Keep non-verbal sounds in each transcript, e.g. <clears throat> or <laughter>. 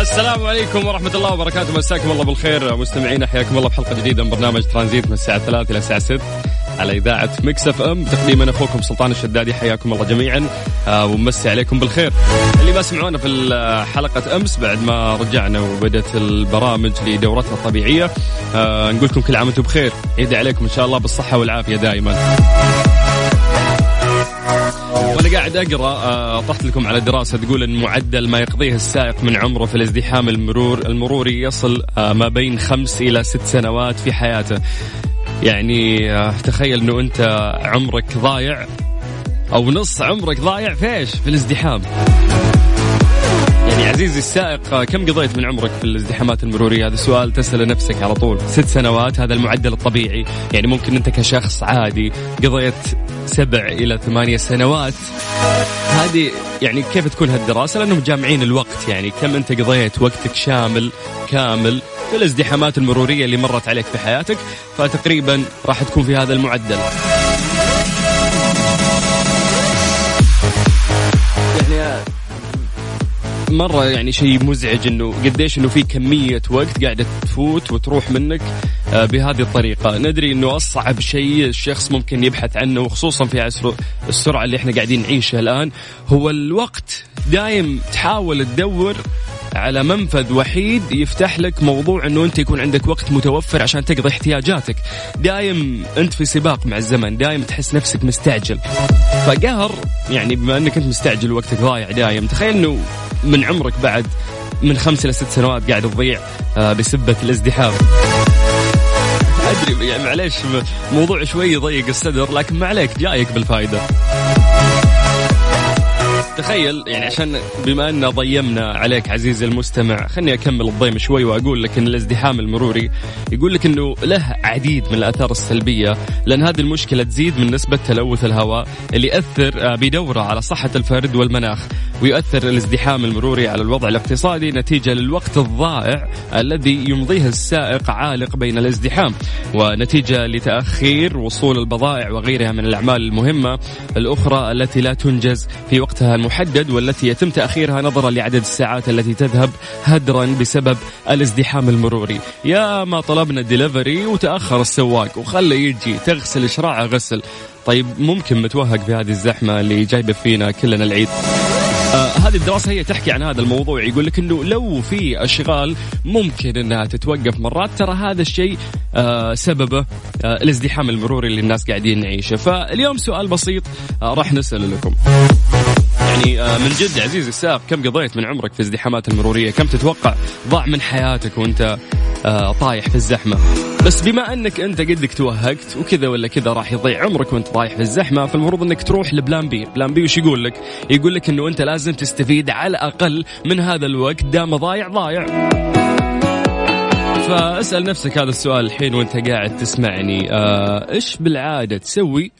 السلام عليكم ورحمة الله وبركاته مساكم الله بالخير مستمعين حياكم الله بحلقة جديدة من برنامج ترانزيت من الساعة 3 إلى الساعة 6 على إذاعة مكس اف ام تقديما أخوكم سلطان الشدادي حياكم الله جميعا آه، ومسي عليكم بالخير اللي ما سمعونا في ال- آه، حلقة أمس بعد ما رجعنا وبدت البرامج لدورتها الطبيعية آه، نقول لكم كل عام وانتم بخير عيد عليكم إن شاء الله بالصحة والعافية دائما وانا أه، قاعد اقرا آه، طحت لكم على دراسه تقول ان معدل ما يقضيه السائق من عمره في الازدحام المرور المروري يصل آه، ما بين خمس الى ست سنوات في حياته. يعني آه، تخيل انه انت عمرك ضايع او نص عمرك ضايع فيش في الازدحام. يعني عزيزي السائق آه، كم قضيت من عمرك في الازدحامات المرورية هذا سؤال تسأله نفسك على طول ست سنوات هذا المعدل الطبيعي يعني ممكن أنت كشخص عادي قضيت سبع إلى ثمانية سنوات هذه يعني كيف تكون هالدراسة لأنهم جامعين الوقت يعني كم أنت قضيت وقتك شامل كامل في الازدحامات المرورية اللي مرت عليك في حياتك فتقريبا راح تكون في هذا المعدل يعني مره يعني شيء مزعج انه قديش انه في كميه وقت قاعده تفوت وتروح منك آه، بهذه الطريقه، ندري انه اصعب شيء الشخص ممكن يبحث عنه وخصوصا في عصر السرعه اللي احنا قاعدين نعيشها الان هو الوقت دايم تحاول تدور على منفذ وحيد يفتح لك موضوع انه انت يكون عندك وقت متوفر عشان تقضي احتياجاتك دايم انت في سباق مع الزمن دايم تحس نفسك مستعجل فقهر يعني بما انك انت مستعجل وقتك ضايع دايم تخيل انه من عمرك بعد من خمس الى ست سنوات قاعد تضيع آه، بسبه الازدحام ادري يعني معليش م- موضوع شوي ضيق الصدر لكن ما عليك جايك بالفائده تخيل يعني عشان بما ان ضيمنا عليك عزيزي المستمع خلني اكمل الضيم شوي واقول لك ان الازدحام المروري يقول لك انه له عديد من الاثار السلبيه لان هذه المشكله تزيد من نسبه تلوث الهواء اللي ياثر آه، بدوره على صحه الفرد والمناخ ويؤثر الازدحام المروري على الوضع الاقتصادي نتيجه للوقت الضائع الذي يمضيه السائق عالق بين الازدحام ونتيجه لتاخير وصول البضائع وغيرها من الاعمال المهمه الاخرى التي لا تنجز في وقتها المحدد والتي يتم تاخيرها نظرا لعدد الساعات التي تذهب هدرا بسبب الازدحام المروري يا ما طلبنا دليفري وتاخر السواق وخله يجي تغسل شراعه غسل طيب ممكن متوهق في هذه الزحمه اللي جايبه فينا كلنا العيد آه، هذه الدراسة هي تحكي عن هذا الموضوع يقول لك انه لو في اشغال ممكن انها تتوقف مرات ترى هذا الشيء آه، سببه آه، الازدحام المروري اللي الناس قاعدين نعيشه، فاليوم سؤال بسيط آه، راح نسأله لكم. يعني آه، من جد عزيزي السائق كم قضيت من عمرك في الازدحامات المرورية كم تتوقع ضاع من حياتك وانت آه، طايح في الزحمة بس بما أنك أنت قدك توهقت وكذا ولا كذا راح يضيع عمرك وانت طايح في الزحمة فالمفروض أنك تروح لبلان بي بلان بي وش يقول لك يقول لك أنه أنت لازم تستفيد على الأقل من هذا الوقت دام ضايع ضايع فاسأل نفسك هذا السؤال الحين وانت قاعد تسمعني آه، ايش بالعادة تسوي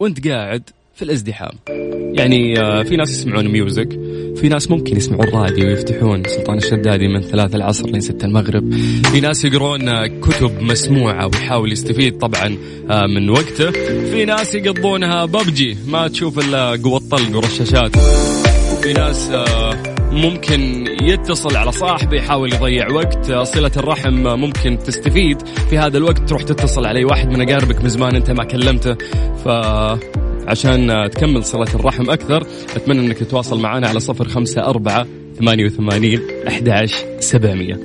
وانت قاعد في الازدحام يعني آه، في ناس يسمعون ميوزك في ناس ممكن يسمعون راديو ويفتحون سلطان الشدادي من ثلاثة العصر لستة المغرب في ناس يقرون آه، كتب مسموعة ويحاول يستفيد طبعا آه، من وقته في ناس يقضونها ببجي ما تشوف إلا قوة الطلق ورشاشات في ناس آه، ممكن يتصل على صاحبه يحاول يضيع وقت آه، صلة الرحم آه، ممكن تستفيد في هذا الوقت تروح تتصل على أي واحد من أقاربك من زمان أنت ما كلمته ف عشان آه، تكمل صلة الرحم أكثر أتمنى أنك تتواصل معنا على صفر خمسة أربعة ثمانية وثمانين أحد عشر سبعمية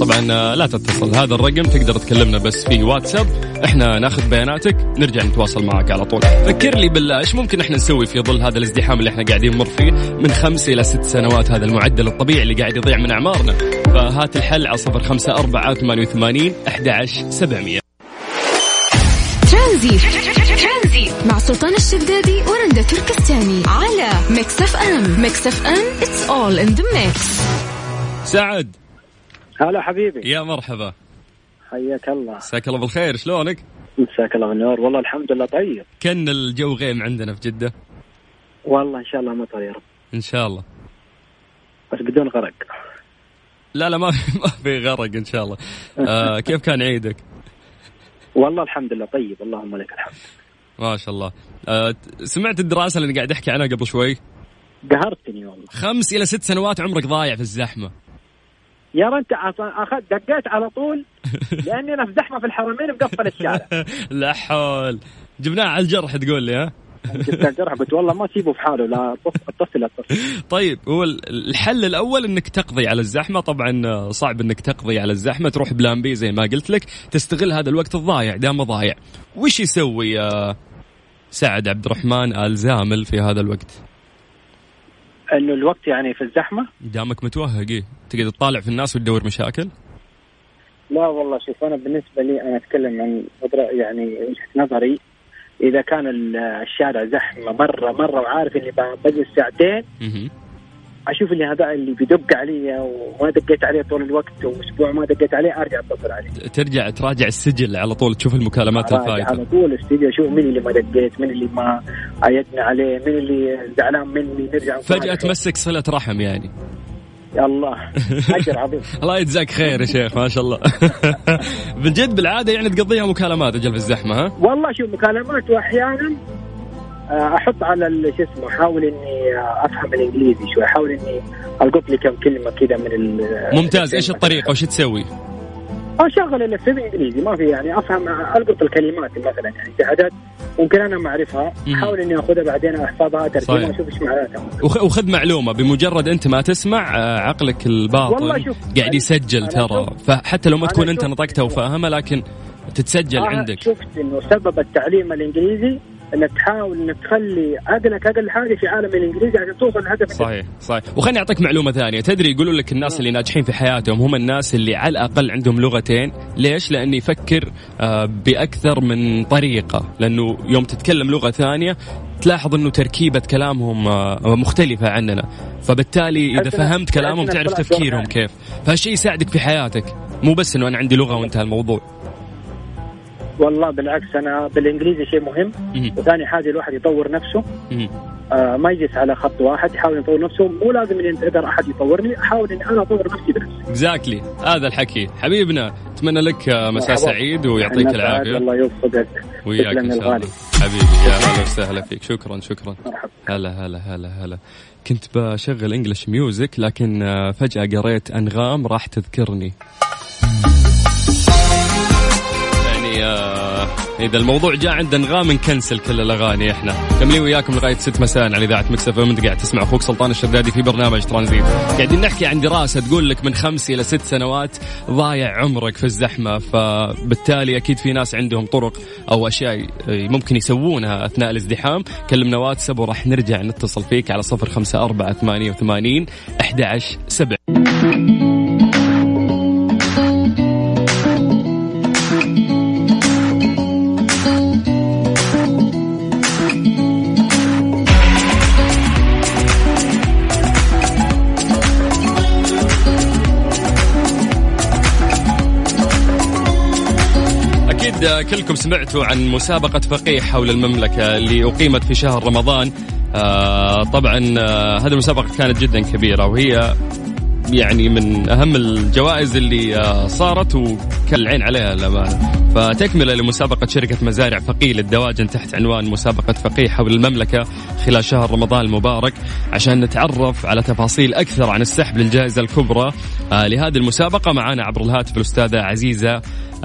طبعا لا تتصل هذا الرقم تقدر تكلمنا بس في واتساب احنا ناخذ بياناتك نرجع نتواصل معك على طول فكر لي بالله ايش ممكن احنا نسوي في ظل هذا الازدحام اللي احنا قاعدين نمر فيه من خمس الى ست سنوات هذا المعدل الطبيعي اللي قاعد يضيع من اعمارنا فهات الحل على صفر خمسة أربعة ثمانية وثمانين أحد عشر سبعمية ترانزي مع سلطان الشدادي ورندا تركستاني على ميكس اف ام ميكس اف ام اتس اول ان ذا ميكس سعد هلا حبيبي يا مرحبا حياك الله مساك الله بالخير شلونك مساك الله بالنور والله الحمد لله طيب كان الجو غيم عندنا في جدة والله ان شاء الله مطر يا رب إن شاء الله بس بدون غرق لا لا ما في <laughs> ما في غرق ان شاء الله آه كيف كان عيدك والله الحمد لله طيب اللهم لك الحمد ما شاء الله آه سمعت الدراسه اللي قاعد احكي عنها قبل شوي قهرتني والله خمس الى ست سنوات عمرك ضايع في الزحمه يا رب انت اصلا اخذ دقيت على <laughs> طول لاني انا في زحمه في الحرمين مقفل الشارع لا حول جبناها على الجرح تقول لي ها جبت الجرح قلت والله ما تسيبه في حاله لا اتصل لا اتصل طيب هو ال- الحل الاول انك تقضي على الزحمه طبعا آه، صعب انك تقضي على الزحمه تروح بلان بي زي ما قلت لك تستغل هذا الوقت الضايع دامه ضايع وش يسوي آه، سعد عبد الرحمن ال زامل في هذا الوقت انه الوقت يعني في الزحمه دامك متوهق إيه؟ تقعد تطالع في الناس وتدور مشاكل لا والله شوف انا بالنسبه لي انا اتكلم عن وضع- يعني وجهه نظري اذا كان ال- الشارع زحمه مره مره وعارف اني بجلس ساعتين مهم. اشوف اللي هذا اللي بيدق علي وما دقيت عليه طول الوقت واسبوع ما دقيت عليه ارجع اتصل عليه ترجع تراجع السجل على طول تشوف المكالمات راجع الفايته على طول استديو اشوف مين اللي ما دقيت مين اللي ما عيدنا عليه مين اللي زعلان مني نرجع نصلح. فجأة تمسك صلة رحم يعني يا الله اجر <laughs> عظيم الله يجزاك خير يا شيخ ما شاء الله <laughs> بالجد بالعادة يعني تقضيها مكالمات أجل في الزحمة ها والله شوف مكالمات واحيانا آه، احط على ال- شو اسمه احاول اني آه، افهم الانجليزي شوي احاول اني القط لي كم كلمه كذا من ال- ممتاز إيش الطريقة وش تسوي اشغل نفسي بالانجليزي ما آه، في يعني افهم القط الكلمات مثلا يعني في عادات ممكن انا ما اعرفها مم. احاول اني اخذها بعدين احفظها صحيح. ترجمها اشوف ايش معناتها وخ- وخذ معلومة بمجرد أنت ما تسمع آه، عقلك والله الباطن شوف، قاعد يسجل أنا ترى شوف- فحتى لو ما أنا تكون أنت شوف- نطقتها وفاهمها لكن تتسجل أنا عندك آه، شفت انه سبب التعليم الانجليزي انك تحاول انك تخلي عقلك اقل حاجه في عالم الانجليزي عشان توصل لهدفك صحيح صحيح وخليني اعطيك معلومه ثانيه تدري يقولوا لك الناس اللي ناجحين في حياتهم هم الناس اللي على الاقل عندهم لغتين ليش لان يفكر آه، باكثر من طريقه لانه يوم تتكلم لغه ثانيه تلاحظ انه تركيبه كلامهم آه، مختلفه عننا فبالتالي اذا ألسنة- فهمت كلامهم ألسنة تعرف اختلاف تفكيرهم لغة. كيف فهالشيء يساعدك في حياتك مو بس انه انا عندي لغه وانتهى الموضوع والله بالعكس انا بالانجليزي شيء مهم مم. وثاني حاجه الواحد يطور نفسه مم. آه ما يجلس على خط واحد يحاول يطور نفسه مو لازم اني انتظر احد يطورني احاول اني انا اطور نفسي بنفسي اكزاكتلي هذا الحكي حبيبنا اتمنى لك آه، مساء مرحبا. سعيد ويعطيك الناس عاد العافيه الله يوفقك وياك ان تسلم يا شاء الغالي الله حبيبي يا هلا وسهلا فيك شكرا شكرا مرحبا. هلا هلا هلا هلا كنت بشغل انجلش ميوزك لكن آه، فجاه قريت انغام راح تذكرني يعني آه، اذا الموضوع جاء عند انغام نكنسل كل الاغاني احنا كملين وياكم لغايه 6 مساء على اذاعه مكسف انت قاعد تسمع اخوك سلطان الشدادي في برنامج ترانزيت قاعدين نحكي عن دراسه تقول لك من خمس الى ست سنوات ضايع عمرك في الزحمه فبالتالي اكيد في ناس عندهم طرق او اشياء ممكن يسوونها اثناء الازدحام كلمنا واتساب وراح نرجع نتصل فيك على 05488 11700 أكيد كلكم سمعتوا عن مسابقة فقيه حول المملكة اللي أقيمت في شهر رمضان آه، طبعا آه، هذه المسابقة كانت جدا كبيرة وهي يعني من أهم الجوائز اللي آه، صارت وكان العين عليها الأمانة فتكملة لمسابقة شركة مزارع فقيه للدواجن تحت عنوان مسابقة فقيه حول المملكة خلال شهر رمضان المبارك عشان نتعرف على تفاصيل أكثر عن السحب للجائزة الكبرى آه، لهذه المسابقة معنا عبر الهاتف الأستاذة عزيزة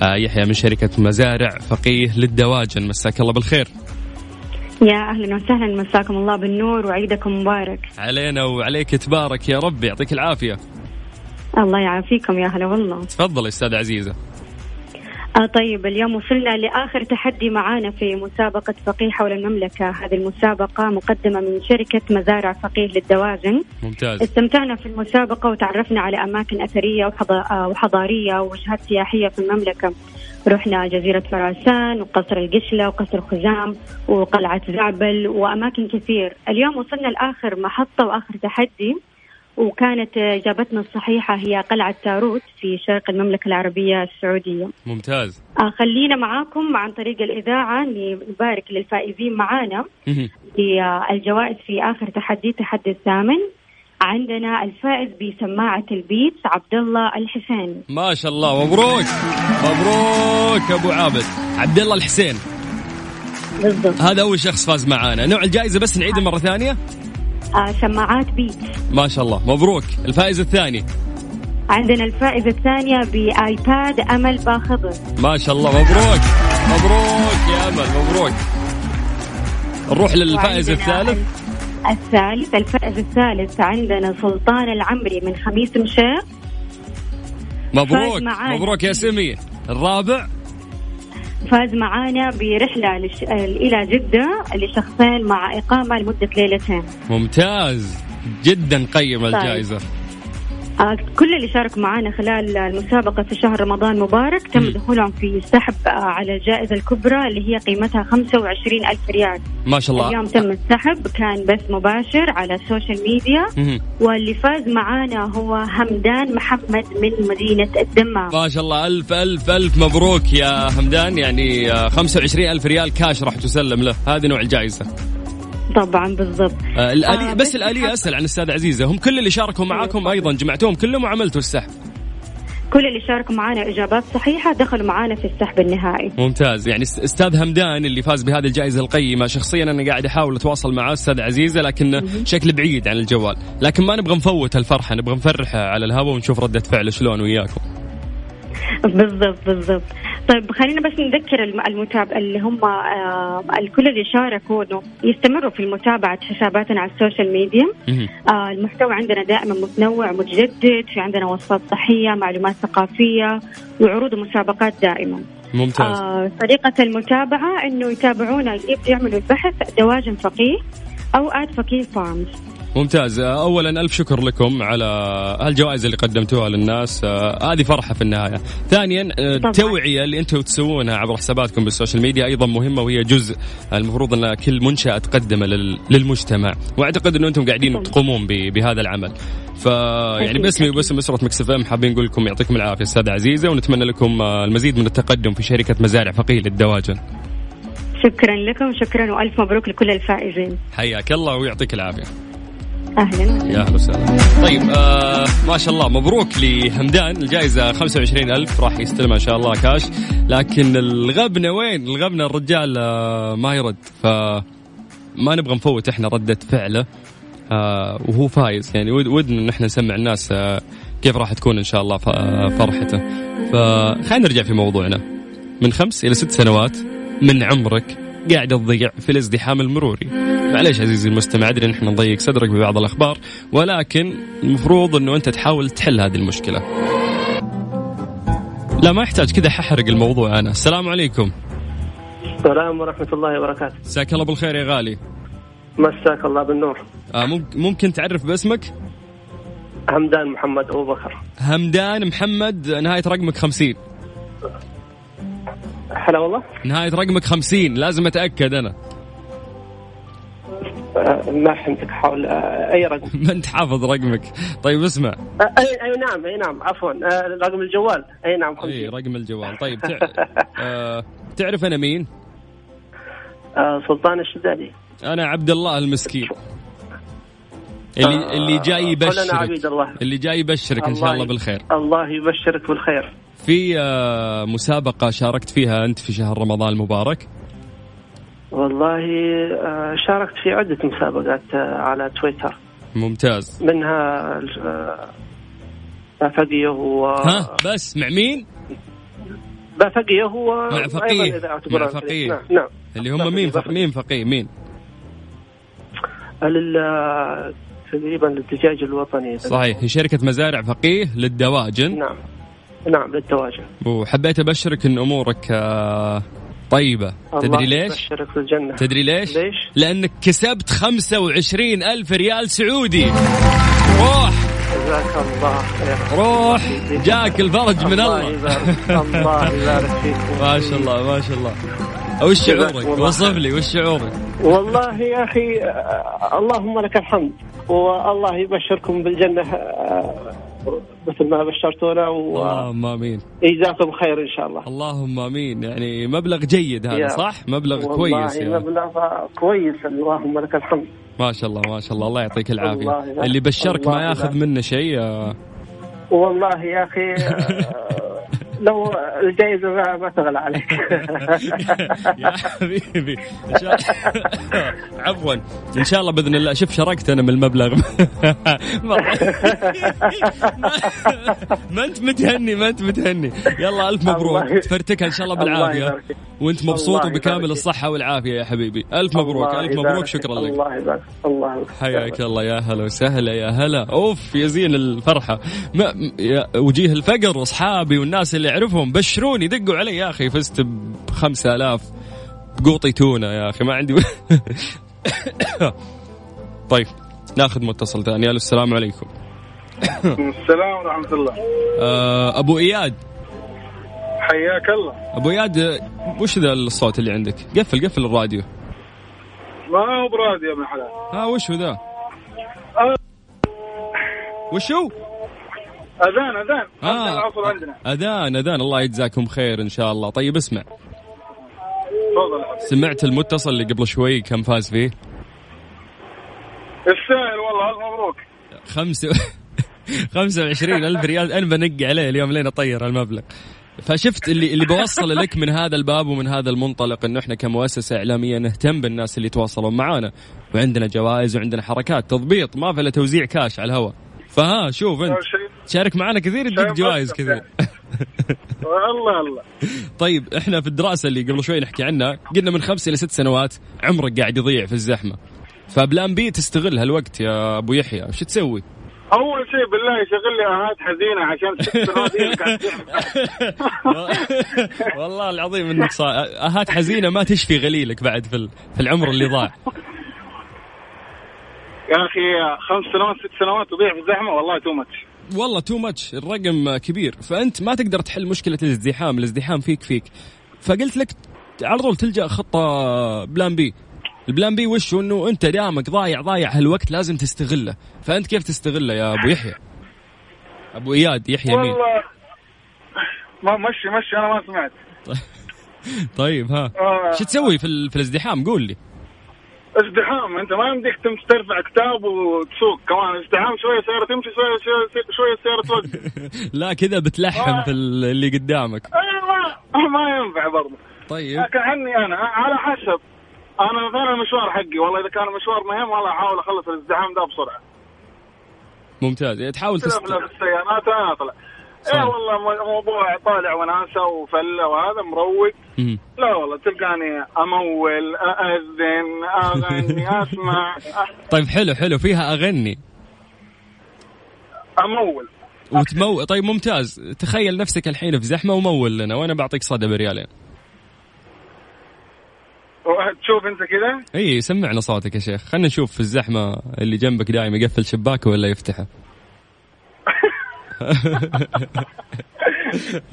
آه، يحيى من شركة مزارع فقيه للدواجن مساك الله بالخير يا اهلا وسهلا مساكم الله بالنور وعيدكم مبارك علينا وعليك تبارك يا رب يعطيك العافية الله يعافيكم يا هلا والله تفضل يا استاذه عزيزه آه طيب اليوم وصلنا لآخر تحدي معانا في مسابقة فقيه حول المملكة هذه المسابقة مقدمة من شركة مزارع فقيه للدواجن ممتاز استمتعنا في المسابقة وتعرفنا على أماكن أثرية وحضا- آه، وحضارية ووجهات سياحية في المملكة رحنا جزيرة فراسان وقصر القشلة وقصر خزام وقلعة زعبل وأماكن كثير اليوم وصلنا لآخر محطة وآخر تحدي وكانت آه، إجابتنا الصحيحة هي قلعة تاروت في شرق المملكة العربية السعودية ممتاز <laughs> آه، خلينا معاكم عن طريق الإذاعة نبارك للفائزين معانا بالجوائز في آخر تحدي تحدي الثامن عندنا الفائز بسماعة البيتس عبد الله الحسين ما شاء الله مبروك مبروك ابو عابد عبد الله الحسين بالضبط هذا اول شخص فاز معانا نوع الجائزه بس نعيدها مره ثانيه آه سماعات بيتس ما شاء الله مبروك الفائز الثاني عندنا الفائزة الثانية بآيباد أمل باخضر ما شاء الله مبروك مبروك يا امل مبروك نروح للفائز وعندنا الثالث الثالث الفائز الثالث عندنا سلطان العمري من خميس مشيط مبروك معانا. مبروك يا سمي الرابع فاز معانا برحلة لش... إلى جدة لشخصين مع إقامة لمدة ليلتين ممتاز جدا طيب. قيم الجائزه آه، كل اللي شاركوا معنا خلال المسابقة في شهر رمضان مبارك مم. تم دخولهم في سحب آه، على الجائزة الكبرى اللي هي قيمتها 25 ألف ريال ما شاء الله اليوم تم السحب كان بث مباشر على السوشيال ميديا مهم. واللي فاز معانا هو همدان محمد من مدينة الدمام ما شاء الله ألف ألف ألف مبروك يا همدان يعني آه، 25 ألف ريال كاش راح تسلم له هذه نوع الجائزة طبعا بالضبط آه الآلية آه، بس بس طيب. الآلية حق- أسأل عن الأستاذة عزيزة هم كل اللي شاركوا معاكم أيضا جمعتوهم كلهم وعملتوا السحب كل اللي شاركوا معنا إجابات صحيحة دخلوا معنا في السحب النهائي ممتاز يعني است- استاذ همدان اللي فاز بهذه الجائزه القيمه شخصيا انا قاعد احاول اتواصل مع استاذ عزيزه لكن شكل بعيد عن الجوال لكن ما نبغى نفوت الفرحه نبغى نفرحه على الهواء ونشوف رده فعله شلون وياكم بالضبط بالضبط طيب خلينا بس نذكر الم- المتاب اللي هم آه الكل اللي شاركوا انه يستمروا في متابعه حساباتنا على السوشيال ميديا مهم. آه المحتوى عندنا دائما متنوع متجدد في عندنا وصفات صحيه معلومات ثقافيه وعروض ومسابقات دائما ممتاز آه طريقه المتابعه انه يتابعونا يبدأوا يعملوا البحث دواجن فقيه او اد فقيه فارمز ممتاز آه، اولا الف شكر لكم على هالجوائز اللي قدمتوها للناس آه، هذه فرحه في النهايه ثانيا آه، طبعاً. التوعيه اللي انتم تسوونها عبر حساباتكم بالسوشيال ميديا ايضا مهمه وهي جزء المفروض ان كل منشاه تقدمه لل- للمجتمع واعتقد ان انتم قاعدين طبعاً. تقومون ب- بهذا العمل ف يعني أكيد، باسمي أكيد. وباسم اسره مكس اف ام حابين نقول لكم يعطيكم العافيه استاذه عزيزه ونتمنى لكم آه، المزيد من التقدم في شركه مزارع فقيه للدواجن شكرا لكم شكرا والف مبروك لكل الفائزين حياك الله ويعطيك العافيه اهلا يا اهلا وسهلا طيب آه ما شاء الله مبروك لهمدان الجائزه 25000 راح يستلمها ان شاء الله كاش لكن الغبنه وين الغبنه الرجال آه ما يرد ف ما نبغى نفوت احنا رده فعله آه وهو فايز يعني ود- ودنا ان احنا نسمع الناس آه كيف راح تكون ان شاء الله ف- آه، فرحته فخلينا نرجع في موضوعنا من خمس الى ست سنوات من عمرك قاعد تضيع في الازدحام المروري معليش عزيزي المستمع ادري ان احنا نضيق صدرك ببعض الاخبار ولكن المفروض انه انت تحاول تحل هذه المشكله لا ما يحتاج كذا ححرق الموضوع انا السلام عليكم السلام ورحمة الله وبركاته مساك الله بالخير يا غالي مساك الله بالنور آه، مم- ممكن تعرف باسمك همدان محمد أبو بكر همدان محمد نهايه رقمك 50 هلا والله نهايه رقمك 50 لازم اتاكد انا آه، ما فهمتك حول آه، أي رقم <laughs> ما انت حافظ رقمك طيب اسمع آه، أي, أي نعم أي نعم عفوا آه، رقم الجوال أي نعم اي خمسين إيه، رقم الجوال طيب تع... آه... تعرف انا مين آه، سلطان الشدادي انا عبد الله المسكين اللي اللي جاي آه، كلنا إيه، يبشرك عبيد الله اللي جاي يبشرك ان شاء الله بالخير الله يبشرك بالخير في آه، مسابقه شاركت فيها انت في شهر رمضان المبارك والله آه، شاركت في عدة مسابقات آه، على تويتر ممتاز منها آه، بافقيه و ها بس مع مين بافقيه هو مع فقيه. مع فقيه. نعم نعم اللي هم مين فق... مين فقيه مين لل- تقريبا للدجاج الوطني صحيح هي شركة مزارع فقيه للدواجن نعم نعم للدواجن وحبيت أبشرك أن أمورك آه، طيبة الله تدري ليش؟ يبشرك في الجنة تدري ليش؟ ليش؟ لأنك كسبت 25 ألف ريال سعودي روح جزاك الله خير روح جاك الفرج من الله الله يبارك الله يبارك فيكم <laughs> ما شاء الله ما شاء الله وش شعورك؟ جزاكم الله وصف لي وش شعورك؟ والله يا اخي آه، اللهم لك الحمد والله يبشركم بالجنه آه، مثل ما بشرتونا اللهم امين ويجزاكم خير ان شاء الله اللهم امين يعني مبلغ جيد هذا يا صح؟ مبلغ والله كويس يعني. مبلغ كويس اللهم لك الحمد ما شاء الله ما شاء الله الله يعطيك العافيه الله يبارك. اللي بشرك الله ما ياخذ يبارك. منه شيء آه، والله يا <laughs> اخي آه، لو الجائزه ما- ما تغلى <laughs> عليك يا حبيبي ان شاء الله عفوا ان شاء الله باذن الله شوف شاركت انا من المبلغ ما, ما انت متهني ما انت متهني يلا الف الله- مبروك تفرتكها ان شاء الله الله بالعافيه يبارك فيك. وانت مبسوط الله وبكامل يبارك فيك. الصحه والعافيه يا حبيبي الف مبروك الله الف مبروك يبارك. شكرا لك الله يبارك الله يبارك. حياك الله يا هلا وسهلا يا هلا اوف يا زين الفرحه ما يا وجيه الفقر واصحابي والناس اللي اعرفهم بشروني دقوا علي يا اخي فزت ب 5000 بقوطي تونه يا اخي ما عندي <coughs> طيب ناخذ متصل ثاني الو السلام عليكم السلام ورحمة الله آه، ابو اياد حياك الله ابو اياد آه، وش ذا الصوت اللي عندك قفل قفل الراديو ما هو براد يا ابن الحلال ها وش هو ذا آه. وش هو أذان أذان آه. أذان العصر عندنا اذان اذان الله يجزاكم خير ان شاء الله طيب اسمع تفضل يا حبيبي. سمعت المتصل اللي قبل شوي كم فاز فيه السائل والله ألف مبروك خمسة <laughs> خمسة وعشرين ألف ريال أنا بنقي عليه اليوم لين أطير المبلغ فشفت اللي اللي بوصل لك من هذا الباب ومن هذا المنطلق انه احنا كمؤسسه اعلاميه نهتم بالناس اللي يتواصلون معانا وعندنا جوائز وعندنا حركات تضبيط ما في الا توزيع كاش على الهواء فها شوف انت أول شيء شارك معنا كثير يديك شايف جوائز نفسك كثير الله الله طيب احنا في الدراسه اللي قبل شوي نحكي عنها قلنا من خمس الى ست سنوات عمرك قاعد يضيع في الزحمه فبلان بي تستغل هالوقت يا ابو يحيى شو تسوي؟ أول شيء بالله يشغل لي آهات حزينة عشان تراضيك عن الزحمة. والله العظيم انك صا... اهات حزينه ما تشفي غليلك بعد في ال- في العمر اللي ضاع يا أخي خمس سنوات ست سنوات تضيع في الزحمة والله تو ماتش والله تو ماتش الرقم كبير فانت ما تقدر تحل مشكله الازدحام الازدحام فيك فيك فقلت لك على طول تلجا خطه بلان بي البلان بي وش هو؟ انه انت دامك ضايع ضايع هالوقت لازم تستغله فانت كيف تستغله يا ابو يحيى ابو اياد يحيى مين والله ما مشي مشي أنا ما سمعت طيب ها آه. شو تسوي في, ال... في الازدحام قول لي ازدحام انت ما يمديك تمشي ترفع كتاب وتسوق كمان ازدحام شويه سياره تمشي شويه شويه شويه السياره توقف لا كذا بتلحم في ال- اللي قدامك أيوة، ما ينفع برضه طيب لكن عني انا على حسب انا مثلا المشوار حقي والله اذا كان المشوار مهم والله احاول اخلص الازدحام ده بسرعه ممتاز يعني تحاول كذا تست... اغلب السيارات انا اطلع صحيح. اي إيه، والله مو- موضوع طالع وناسه وفله وهذا مروق مم. لا والله تلقاني امول ااذن اغني اسمع أ- طيب حلو حلو فيها اغني امول وتمو طيب ممتاز تخيل نفسك الحين في زحمه ومول لنا وانا بعطيك صدى بريالين تشوف انت كذا اي سمعنا صوتك يا شيخ خلينا نشوف في الزحمه اللي جنبك دايم يقفل شباكه ولا يفتحه <laughs> ها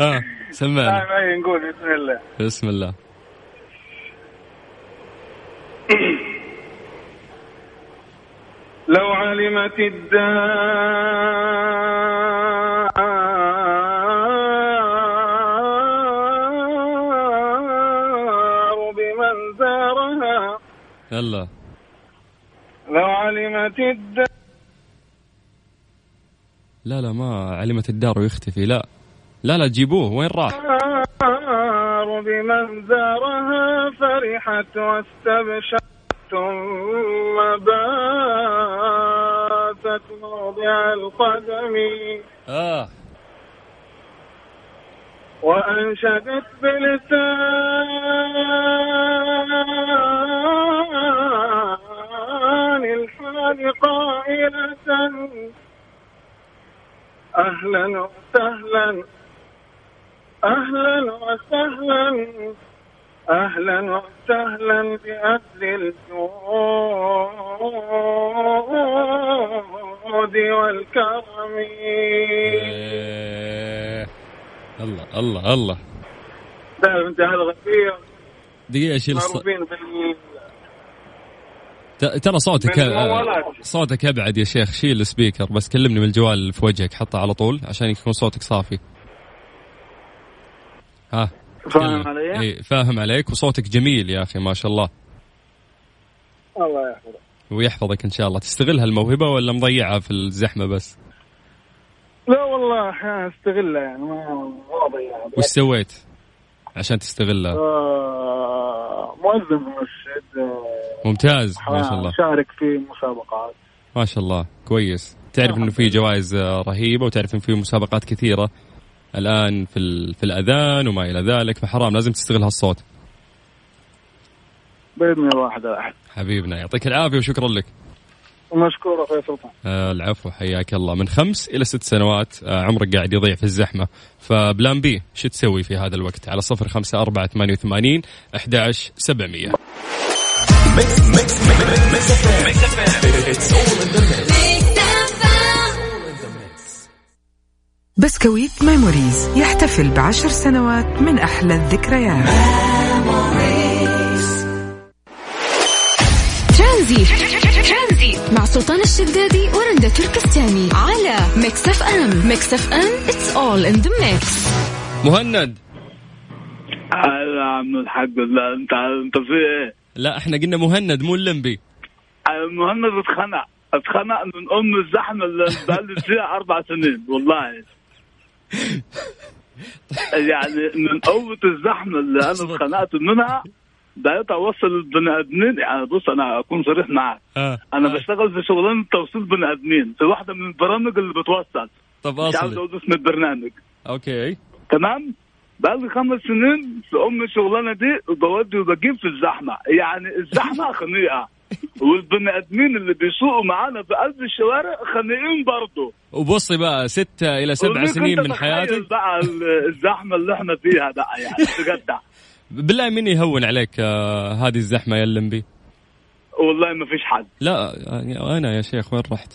آه، سمعنا دائما أي طيب، نقول بسم الله بسم الله لو علمت الدار بمن زارها يلا لو علمت الدار لا لا ما علمت الدار ويختفي لا لا لا جيبوه وين راح بمن زارها فرحت واستبشرت ثم باتت موضع القدم اه وأنشدت بلسان الحال قائلا ليلة أهلا وسهلا أهلا وسهلا أهلا وسهلا بأهل الجود والكرم إيه. الله الله الله دائما جهل غفير دقيقة شيل الص... معروفين بال ت- ترى صوتك من الموالات. صوتك ابعد يا شيخ شيل السبيكر بس كلمني من الجوال في وجهك حطه على طول عشان يكون صوتك صافي ها فاهم كلم. علي؟ إيه فاهم عليك وصوتك جميل يا اخي ما شاء الله الله يحفظك ويحفظك ان شاء الله تستغل هالموهبه ولا مضيعها في الزحمه بس لا والله أحيانا استغلها يعني ما ما أضيعها. وش سويت عشان تستغلها آه، مؤذن في المسجد آه، ممتاز ما شاء الله شارك في مسابقات ما شاء الله كويس تعرف انه في جوائز آه، رهيبه وتعرف انه في مسابقات كثيره الان في ال... في الاذان وما الى ذلك فحرام لازم تستغل هالصوت باذن الله احد الاحد حبيبنا يعطيك العافيه وشكرا لك ومشكور اخوي <laughs> سلطان آه، العفو حياك الله من خمس الى ست سنوات آه، عمرك قاعد يضيع في الزحمه فبلان بي شو تسوي في هذا الوقت على صفر خمسه اربعه ثمانيه وثمانين احدى عشر سبعمئه بسكويت ميموريز يحتفل بعشر سنوات من أحلى الذكريات ترانزيت ترانزيت مع سلطان الشدادي ورندا تركستاني على ميكس اف ام ميكس اف ام اتس اول ان ذا ميكس مهند هلا عم الحاج لا انت انت في ايه؟ لا احنا قلنا مهند مو اللمبي المهند اتخنق اتخنق من ام الزحمه اللي بقلب فيها اربع سنين طيب، والله يعني من قوة الزحمة اللي أنا اتخنقت منها بقيت أوصل البني آدمين يعني بص أنا أكون صريح معاك آه. أنا آه. بشتغل في شغلانة توصيل بني آدمين في واحدة من البرامج اللي بتوصل آه، طب مش عاوز اصلي أقول اسم البرنامج اوكي تمام بقى لي خمس سنين في ام الشغلانه دي وبودي وبجيب في الزحمه يعني <laughs> الزحمه خنيقه والبني ادمين اللي بيسوقوا معانا في قلب الشوارع خانقين برضه وبصي بقى ستة إلى سبع وليك سنين أنت من تخيل حياتك بقى ال- الزحمه اللي احنا فيها بقى يعني بجد بالله مين يهون عليك آه، هذه الزحمة يا اللمبي والله ما فيش حد لا آه، أنا يا شيخ وين رحت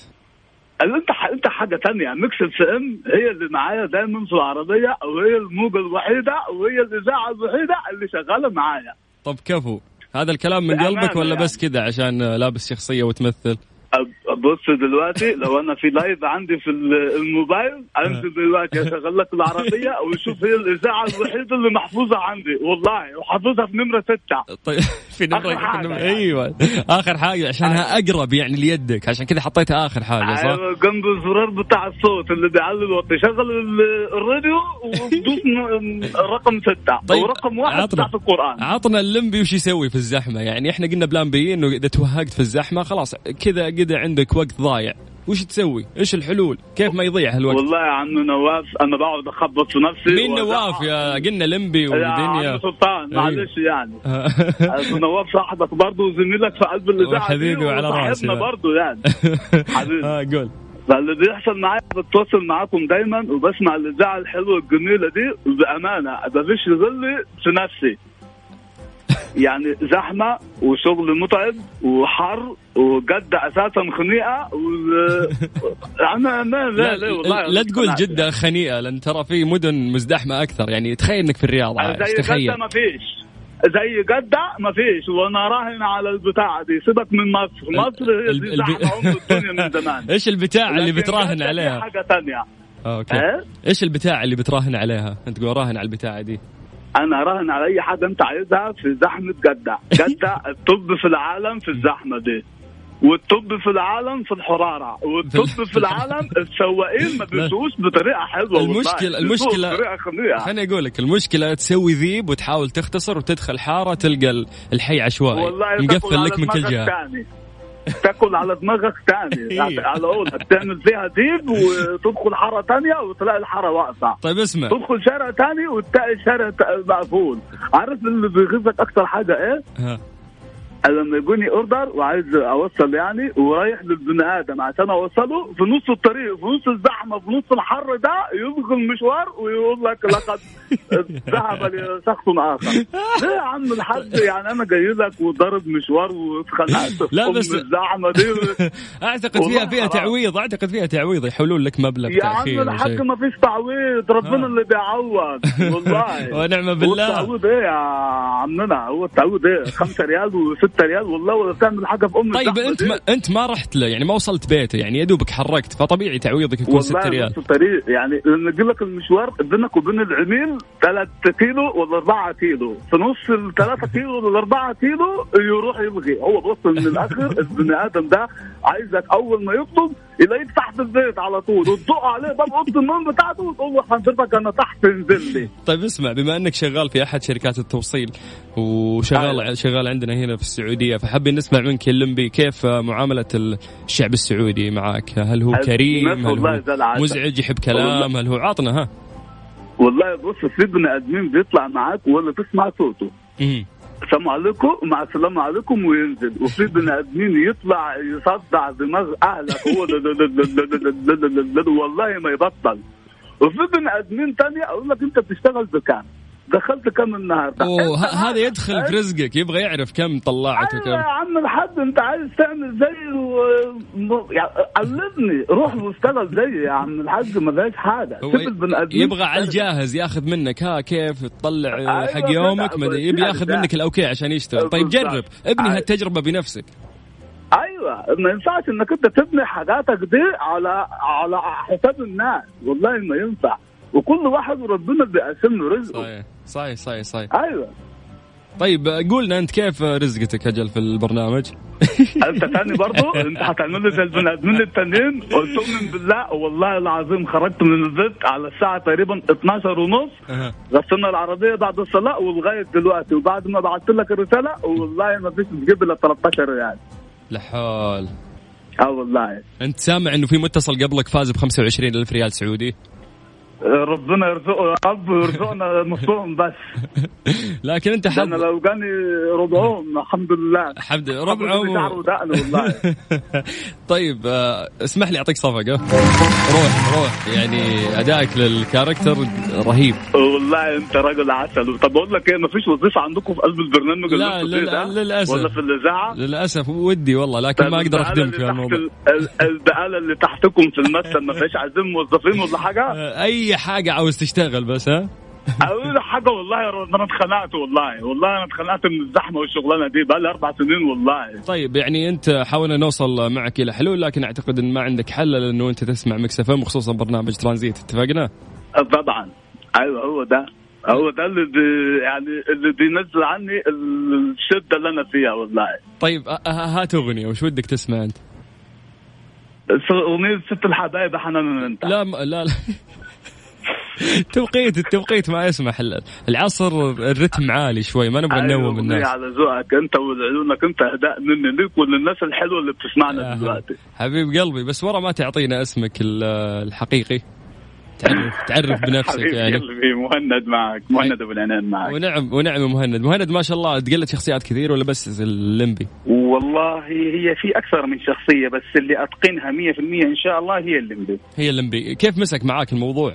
قال انت ح- انت حاجه تانية ميكس اف ام هي اللي معايا دايما في العربيه وهي الموجه الوحيده وهي الاذاعه الوحيده اللي شغاله معايا طب كفو هذا الكلام من بأمانة قلبك ولا يعني. بس كذا عشان آه، لابس شخصية وتمثل أب- بص دلوقتي لو انا في لايف عندي في ال- الموبايل آه. انزل دلوقتي اشغل <laughs> لك العربيه وشوف هي الاذاعه الوحيده اللي محفوظه عندي والله وحافظها في نمره سته طيب <laughs> في آخر نمرة حاجة يعني. آه. ايوه اخر حاجة عشانها اقرب يعني ليدك عشان كذا حطيتها اخر حاجة صح؟ أيوة، جنب الزرار بتاع الصوت اللي بيعلي الوطي شغل ال- الراديو ودوس ن- رقم سته طيب، آه، ورقم واحد عطنا. بتاعت القران عطنا اللمبي وش يسوي في الزحمة يعني احنا قلنا بلان بي انه اذا توهقت في الزحمة خلاص كذا كذا عندك وقت ضايع وش تسوي؟ ايش الحلول؟ كيف ما يضيع هالوقت؟ والله يا عم نواف انا بقعد اخبط في نفسي أيوة. مين وأزعق. نواف يا قلنا لمبي يا عم والدنيا أيوة. سلطان معلش <laughs> يعني أبو نواف صاحبك برضه وزميلك في قلب الاذاعه دي وحبيبي وعلى وصاحبنا راسي بقى. برضه يعني حبيبي. آه، قول فاللي بيحصل معايا بتواصل معاكم دايما وبسمع الاذاعه الحلوه الجميله دي بامانه مفيش غلي في نفسي يعني زحمه وشغل متعب وحر وجد اساسا خنيقه و... <laughs> انا ما لا لا لا والله يعني. لا تقول جدة خنيئة لان ترى في مدن مزدحمة اكثر يعني تخيل انك في الرياض عايش، زي تخيل جدة مفيش زي جدة مفيش وانا راهن على البتاعة دي سيبك من مصر مصر هي الب- دي الب- زحمة ام الدنيا من زمان ايش البتاع <laughs> اللي لكن بتراهن جدة دي عليها؟ حاجة تانية إيه؟ آه، اوكي ها؟ ايش البتاع اللي بتراهن عليها؟ انت تقول راهن على البتاعة دي انا راهن على اي حاجة انت عايزها في زحمة <laughs> جدة جدة الطب في العالم في الزحمة دي والطب في العالم في الحرارة والطب <laughs> في العالم السواقين ما بيسوقوش بطريقة حلوة والله. المشكلة- بيسوقوا المشكلة- بطريقة خنيقة خليني اقول لك المشكله تسوي ذيب وتحاول تختصر وتدخل حاره تلقى ال- الحي عشوائي والله تاكل مقفل على لك من كل دماغك جهه تاني. تاكل على دماغك <laughs> تاني يعني على قولك تعمل فيها ديب وتدخل حاره تانية وتلاقي الحاره واقفه طيب اسمع تدخل شارع تاني وتلاقي الشارع ت- مقفول عارف اللي بيغيظك اكتر حاجه ايه ها. لما يجوني اوردر وعايز اوصل يعني ورايح للبني ادم عشان اوصله في نص الطريق في نص الزحمه في نص الحر ده يدخل المشوار ويقول <laughs> لك لقد ذهب لشخص اخر ليه يا عم الحاج يعني انا جاي لك وضارب مشوار واتخلقت <laughs> لا في بس- أم الزحمه <laughs> دي اعتقد فيها والله فيها حرام. تعويض اعتقد فيها تعويض يحولون لك مبلغ يا عم تاخير الحاج وشيء. ما فيش تعويض ربنا آه. اللي بيعوض <laughs> والله ونعم هو بالله التعويض ايه يا عمنا هو التعويض ايه 5 ريال و6 ريال والله ولا تعمل حاجه في ام طيب الزحمة انت دي. ما انت ما رحت له يعني ما وصلت بيته يعني يا دوبك حركت فطبيعي تعويضك يكون 6 والله ريال نص الطريق يعني لما يجي لك المشوار بينك وبين العميل 3 كيلو ولا 4 كيلو في نص ال 3 كيلو ولا 4 كيلو يروح يلغي هو بص من الاخر البني ادم ده عايزك اول ما يطلب يلاقيك تحت البيت على طول وتدق عليه باب اوضه النوم بتاعته وتقول له حضرتك انا تحت انزل لي طيب اسمع بما انك شغال في احد شركات التوصيل آه. وشغال شغال عندنا هنا في السعوديه فحابين نسمع منك اللمبي كيف معامله الشعب السعودي معك هل هو كريم الناس هل والله هو زي العسل. مزعج يحب كلام هل هو عطنا ها والله بص في بني ادمين بيطلع معاك ولا تسمع صوته مم. السلام عليكم مع السلام عليكم وينزل وفي بني ادمين يطلع يصدع دماغ اهلك هو لا- لا- لا- لا- لا- لا- لا- لا- لا- لا- والله ما يبطل وفي بني ادمين تانية اقول لك انت بتشتغل بكام؟ دخلت كام النهارده؟ اوه أنت ه- هذا عارف. يدخل في رزقك يبغى يعرف كم طلعت أيوة يا وكم عم الحاج انت عايز تعمل زي و... يعني علمني روح واشتغل زي يا عم الحاج ما فيهاش حاجه هو سيب البني ادمين يبغى على الجاهز ياخذ منك ها كيف تطلع أيوة حق يومك كده. ما أدري، يبي ياخذ لا. منك الاوكي عشان يشتغل طيب يعني بالضبط. جرب ابني أيوة. هالتجربه بنفسك ايوه ما ينفعش انك انت تبني حاجاتك دي على على حساب الناس والله ما ينفع وكل واحد وربنا بيقسم له رزقه صحيح صحيح صحيح صحيح ايوه طيب قولنا انت كيف رزقتك اجل في البرنامج؟ انت تاني برضه انت هتعمل لي زي البني ادمين التانيين قلت لهم بالله والله العظيم خرجت من البيت على الساعه تقريبا 12 ونص غسلنا العربيه بعد الصلاه ولغايه دلوقتي وبعد ما بعت لك الرساله والله ما فيش بتجيب الا 13 ريال لحول اه والله انت سامع انه في متصل قبلك فاز ب 25 الف ريال سعودي؟ ربنا يرزقه يا رب ويرزقنا نصهم بس لكن انت ده انا حظ لو جاني ربعهم الحمد لله حمد الحمد لله ربع شعره عمره. ودقن والله <laughs> طيب آه، اسمح لي اعطيك صفقه روح روح يعني ادائك للكاركتر رهيب <laughs> والله انت راجل عسل طب اقول لك ايه مفيش وظيفه عندكم في قلب البرنامج اللي لا، انتوا فيه لل- ده؟ للأسف. ولا في الاذاعه للاسف ودي والله لكن طيب، ما اقدر اخدمك في الموضوع البقاله اللي تحتكم في المكتب ما فيش عايزين موظفين ولا <laughs> حاجه آه، اي حاجه عاوز تشتغل بس ها اقول لك حاجه والله يا رب انا اتخنقت والله والله انا اتخنقت من الزحمه والشغلانه دي بقى لي اربع سنين والله طيب يعني انت حاولنا نوصل معك الى حلول لكن اعتقد ان ما عندك حل لانه انت تسمع مكسفه وخصوصا برنامج ترانزيت اتفقنا؟ طبعا ايوه هو ده هو ده اللي بي يعني اللي بينزل عني الشده اللي انا فيها والله طيب ه- ه- هات اغنيه وش ودك تسمع انت؟ اغنيه ست الحبايب حنان انت لا م- لا <laughs> لا توقيت التوقيت ما يسمح ال- العصر الرتم عالي شوي ما نبغى ننوم الناس الناس أيوة، على ذوقك انت والعيونك انت اهداء مني ليك وللناس الحلوه اللي بتسمعنا آه. دلوقتي حبيب قلبي بس ورا ما تعطينا اسمك ال- الحقيقي تعرف <laughs> تعرف بنفسك حبيب يعني قلبي مهند معك مهند ابو العنان معك ونعم ونعم مهند مهند ما شاء الله تقلد شخصيات كثير ولا بس اللمبي والله هي في اكثر من شخصيه بس اللي اتقنها 100% ان شاء الله هي اللي هي اللمبي كيف مسك معاك الموضوع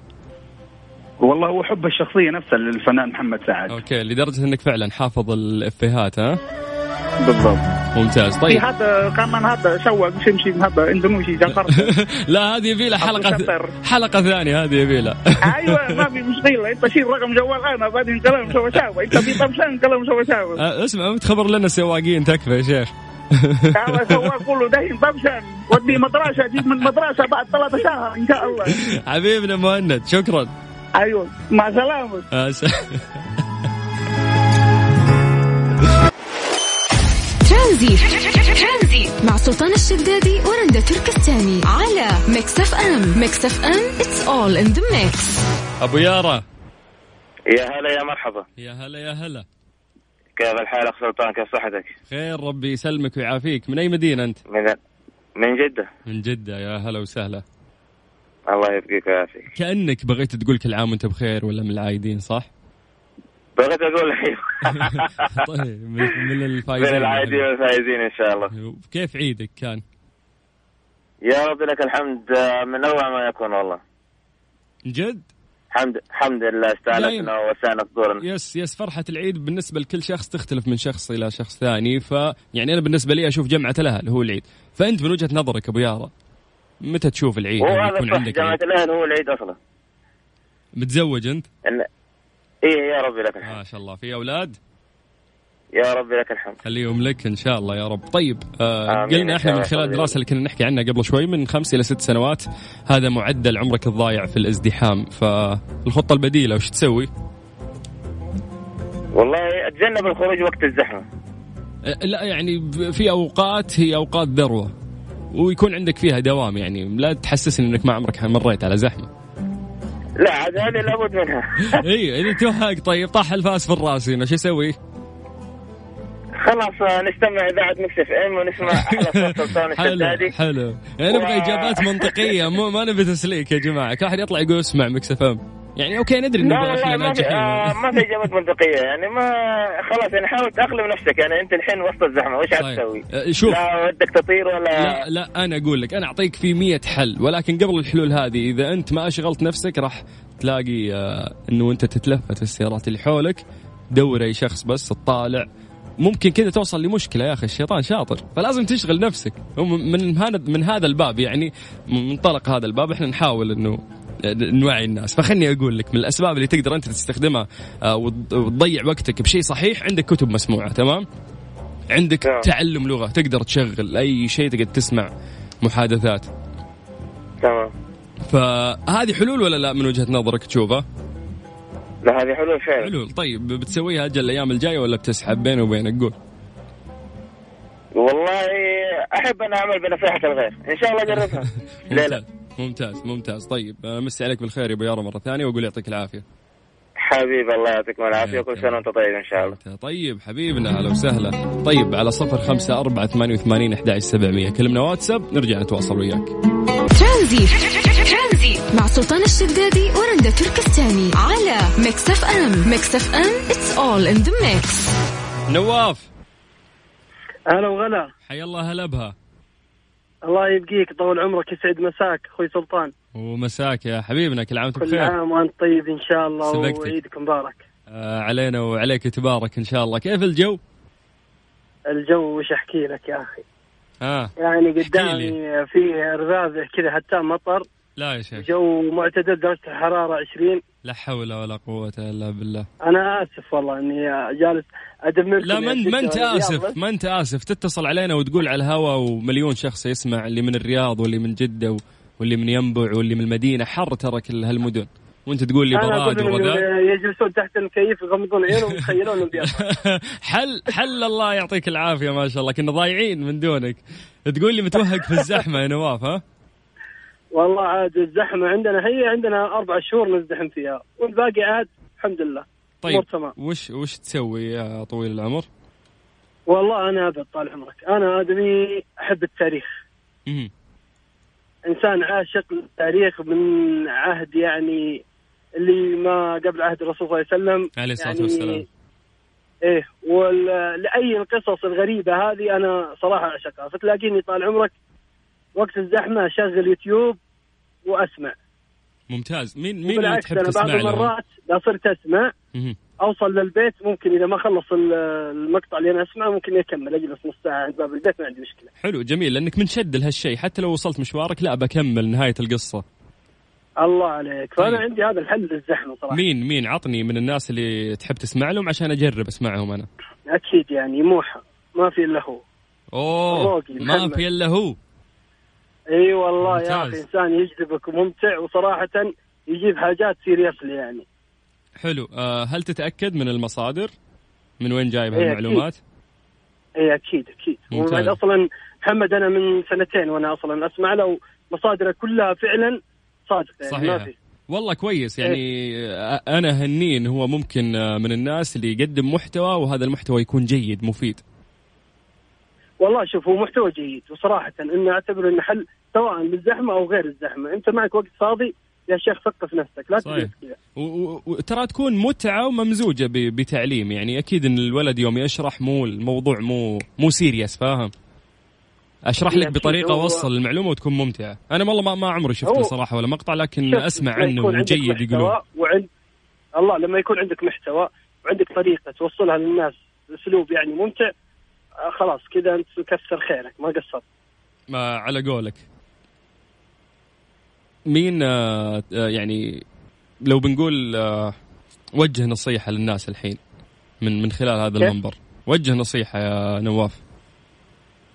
والله هو حب الشخصيه نفسها للفنان محمد سعد اوكي لدرجه انك فعلا حافظ الافيهات ها بالضبط ممتاز في طيب هذا كمان هذا شوق مش مشي هذا اندونيسي <laughs> جنقر لا هذه يبي لها حلقه شطر. حلقه ثانيه هذه يبي لها ايوه ما في مشكله انت شيل رقم جوال انا بعدين كلام سوا سوا انت في طمسان كلام سوا سوا <laughs> <laughs> أه، اسمع ما تخبر لنا السواقين تكفى يا شيخ هذا سواق كله دهين طمسان ودي مدرسه اجيب من مدرسه بعد ثلاثة شهر ان شاء الله حبيبنا مهند شكرا ايوه مع سلامه أه، س- <laughs> ترانزي مع سلطان الشدادي ورندا تركستاني على ميكس اف ام ميكس اف ام اتس اول ان ذا ميكس ابو يارا يا هلا يا مرحبا يا هلا يا هلا كيف الحال اخ سلطان كيف صحتك؟ خير ربي يسلمك ويعافيك من اي مدينه انت من من جدة من جده يا هلا وسهلا الله يبقيك ويعافيك <laughs> كانك بغيت تقول كل عام وانت بخير ولا من العايدين صح بغيت اقول ايوه طيب من من الفايزين بين العادي والفائزين ان شاء الله يعني. كيف عيدك كان؟ يا رب لك الحمد آه، من اروع ما يكون والله جد؟ حمد حمد لله طيب. استانسنا وسانت دورنا يس يس فرحة العيد بالنسبة لكل شخص تختلف من شخص إلى شخص ثاني ف يعني أنا بالنسبة لي أشوف جمعة الأهل هو العيد فأنت من وجهة نظرك أبو يارا متى تشوف العيد هو يعني هذا يكون صح عندك جامعة عيد الاهل هو العيد اصلا متزوج أنت؟ إن... ايه يا ربي لك الحمد ما شاء الله في أولاد يا ربي لك الحمد خليهم لك إن شاء الله يا رب طيب آه آمين. قلنا إحنا من إن شاء خلال الله. الدراسة اللي كنا نحكي عنها قبل شوي من خمس إلى ست سنوات هذا معدل عمرك الضايع في الازدحام فالخطة البديلة وش تسوي؟ والله اتجنب الخروج وقت الزحمه لا يعني ب- في اوقات هي اوقات ذروه ويكون عندك فيها دوام يعني لا تحسسني انك ما عمرك مريت على <laughs> زحمه لا عاد هذه لابد <laughs> منها اي اللي توهق طيب طاح الفاس في الراس هنا شو يسوي؟ خلاص آه، نستمع اذاعه مكس اف ام <laughs> ونسمع احلى صوت سلطان حلو الشدادي حلو يعني نبغى و- اجابات منطقيه مو ما نبي تسليك يا جماعه كل احد يطلع يقول اسمع مكس اف ام يعني اوكي ندري لا انه احنا والله ما في ناجحين آه، ما في <laughs> اجابات منطقيه يعني ما خلاص يعني حاول تاقلم نفسك يعني انت الحين وسط الزحمه وش عاد طيب. تسوي؟ آه، شوف. لا ودك تطير ولا لا لا انا اقول لك انا اعطيك في مية حل ولكن قبل الحلول هذه اذا انت ما اشغلت نفسك راح تلاقي آه، انه انت تتلفت السيارات اللي حولك دور اي شخص بس تطالع ممكن كذا توصل لمشكله يا اخي الشيطان شاطر فلازم تشغل نفسك ومن- من هذا من هذا الباب يعني من منطلق هذا الباب احنا نحاول انه نوعي الناس فخلني اقول لك من الاسباب اللي تقدر انت تستخدمها آه، وت- وتضيع وقتك بشيء صحيح عندك كتب مسموعه تمام عندك نعم. تعلم لغه تقدر تشغل اي شيء تقدر تسمع محادثات تمام فهذه حلول ولا لا من وجهه نظرك تشوفها لا هذه حلول فعلا حلول طيب بتسويها اجل الايام الجايه ولا بتسحب بيني وبينك قول والله احب ان اعمل بنصيحه الغير ان شاء الله <laughs> اجربها ليه لا ممتاز ممتاز ممتاز طيب آه، مسي عليك بالخير يا ابو يارا مره ثانيه واقول يعطيك العافيه حبيبي الله يعطيكم العافيه يا وكل سلام. سنه وانت طيب ان شاء الله طيب حبيبنا هلا وسهلا طيب على صفر خمسة أربعة ثمانية وثمانين أحد عشر سبعمية كلمنا واتساب نرجع نتواصل وياك ترانزي مع سلطان الشدادي ورندا تركستاني على ميكس اف ام ميكس اف ام اتس اول ان ذا ميكس نواف هلا وغلا حيا الله هلا بها الله يبقيك طول عمرك يسعد مساك اخوي سلطان ومساك يا حبيبنا كل عام وانت كل بخير عام وانت طيب ان شاء الله سبقتك. وعيدك مبارك آه علينا وعليك تبارك ان شاء الله كيف الجو الجو وش احكي لك يا اخي اه يعني احكي قدامي في رذاذه كذا حتى مطر لا يا شيخ جو معتدل درجه الحراره 20 لا حول ولا قوه الا بالله انا اسف والله اني جالس ادمر لا ما انت ما انت اسف ما انت اسف تتصل علينا وتقول على الهواء ومليون شخص يسمع اللي من الرياض واللي من جده و- واللي من ينبع واللي من المدينه حر ترى كل هالمدن وانت تقول لي انا براد اقول وغذاء إنه يجلسون تحت المكيف يغمضون عينهم ويتخيلون انهم بيض. <laughs> حل حل الله يعطيك العافيه ما شاء الله كنا ضايعين من دونك تقول لي متوهق في الزحمه يا نواف ها والله عاد الزحمه عندنا هي عندنا اربع شهور نزدحم فيها والباقي عاد الحمد لله طيب أمور تمام. وش وش تسوي يا طويل العمر؟ والله انا ابد طال عمرك انا ادمي احب التاريخ مم. انسان عاشق للتاريخ من عهد يعني اللي ما قبل عهد الرسول صلى الله عليه وسلم عليه الصلاه يعني والسلام ايه ولاي القصص الغريبه هذه انا صراحه اعشقها فتلاقيني طال عمرك وقت الزحمه اشغل يوتيوب واسمع ممتاز مين مين اللي بالعكس إيه، تحب انا بعض تسمع له؟ المرات اذا صرت اسمع مهم. اوصل للبيت ممكن اذا ما خلص ال- المقطع اللي انا اسمعه ممكن اكمل اجلس نص ساعه عند باب البيت ما عندي مشكله حلو جميل لانك منشد لهالشيء حتى لو وصلت مشوارك لا بكمل نهايه القصه الله عليك فانا طيب. عندي هذا الحل للزحمه صراحه مين مين عطني من الناس اللي تحب تسمع لهم عشان اجرب اسمعهم انا اكيد يعني موحى ما في الا هو اوه روقي، ما محمد. في الا هو اي والله يا ممتاز. اخي انسان يجذبك وممتع وصراحه يجيب حاجات سيريسلي يعني حلو آه هل تتاكد من المصادر من وين جايب إيه، هالمعلومات اي اكيد اكيد ممتاز. وبعد اصلا محمد انا من سنتين وانا اصلا اسمع له مصادره كلها فعلا صادقه يعني ما صحيح في والله إيه. كويس يعني آه، انا هني إن هو ممكن آه، من الناس اللي يقدم محتوى وهذا المحتوى يكون جيد مفيد والله شوف هو محتوى جيد وصراحه اني اعتبره انه حل سواء بالزحمه او غير الزحمه انت معك وقت فاضي يا شيخ ثقف نفسك لا صحيح. تجلس كذا وترى تكون متعه وممزوجه ب- بتعليم يعني اكيد ان الولد يوم يشرح مو الموضوع مو مو سيريس فاهم اشرح إيه، لك أكيد بطريقه هو- اوصل المعلومه وتكون ممتعه انا والله ما, ما عمري شفته هو- صراحه ولا مقطع لكن شوف، اسمع لما عنه يكون عندك وجيد محتوى يقولون وعند الله لما يكون عندك محتوى وعندك طريقه توصلها للناس اسلوب يعني ممتع آه، خلاص كذا انت مكسر خيرك ما قصرت ما على قولك مين آه، آه، يعني لو بنقول آه، وجه نصيحة للناس الحين من من خلال هذا كيف؟ المنبر وجه نصيحة يا نواف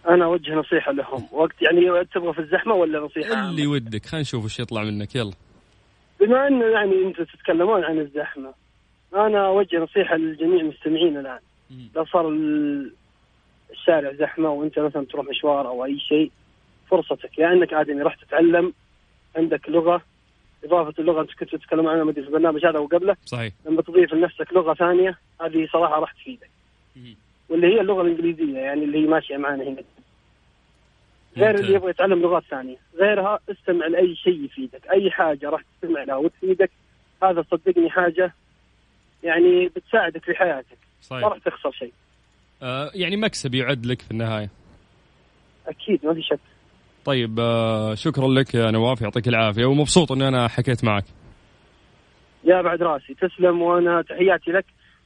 انا اوجه نصيحه لهم وقت يعني تبغى في الزحمه ولا نصيحه عامة؟ اللي ودك خلينا نشوف وش يطلع منك يلا بما انه يعني انتم تتكلمون عن الزحمه انا اوجه نصيحه للجميع المستمعين الان مم. لا صار ال- الشارع زحمه وانت مثلا تروح مشوار او اي شيء فرصتك يا انك ادمي راح تتعلم عندك لغه اضافه اللغه انت كنت تتكلم عنها مدري في البرنامج هذا وقبله صحيح لما تضيف لنفسك لغه ثانيه هذه صراحه راح تفيدك مم. واللي هي اللغه الانجليزيه يعني اللي هي ماشيه معنا هنا غير ممتاز. اللي يبغى يتعلم لغات ثانيه غيرها استمع لاي شيء يفيدك اي حاجه راح تستمع لها وتفيدك هذا صدقني حاجه يعني بتساعدك في حياتك ما صحيح راح تخسر شيء آه، يعني مكسب يعد لك في النهاية اكيد ما في شك طيب آه، شكرا لك يا نواف يعطيك العافية ومبسوط اني انا حكيت معك يا بعد راسي تسلم وانا تحياتي لك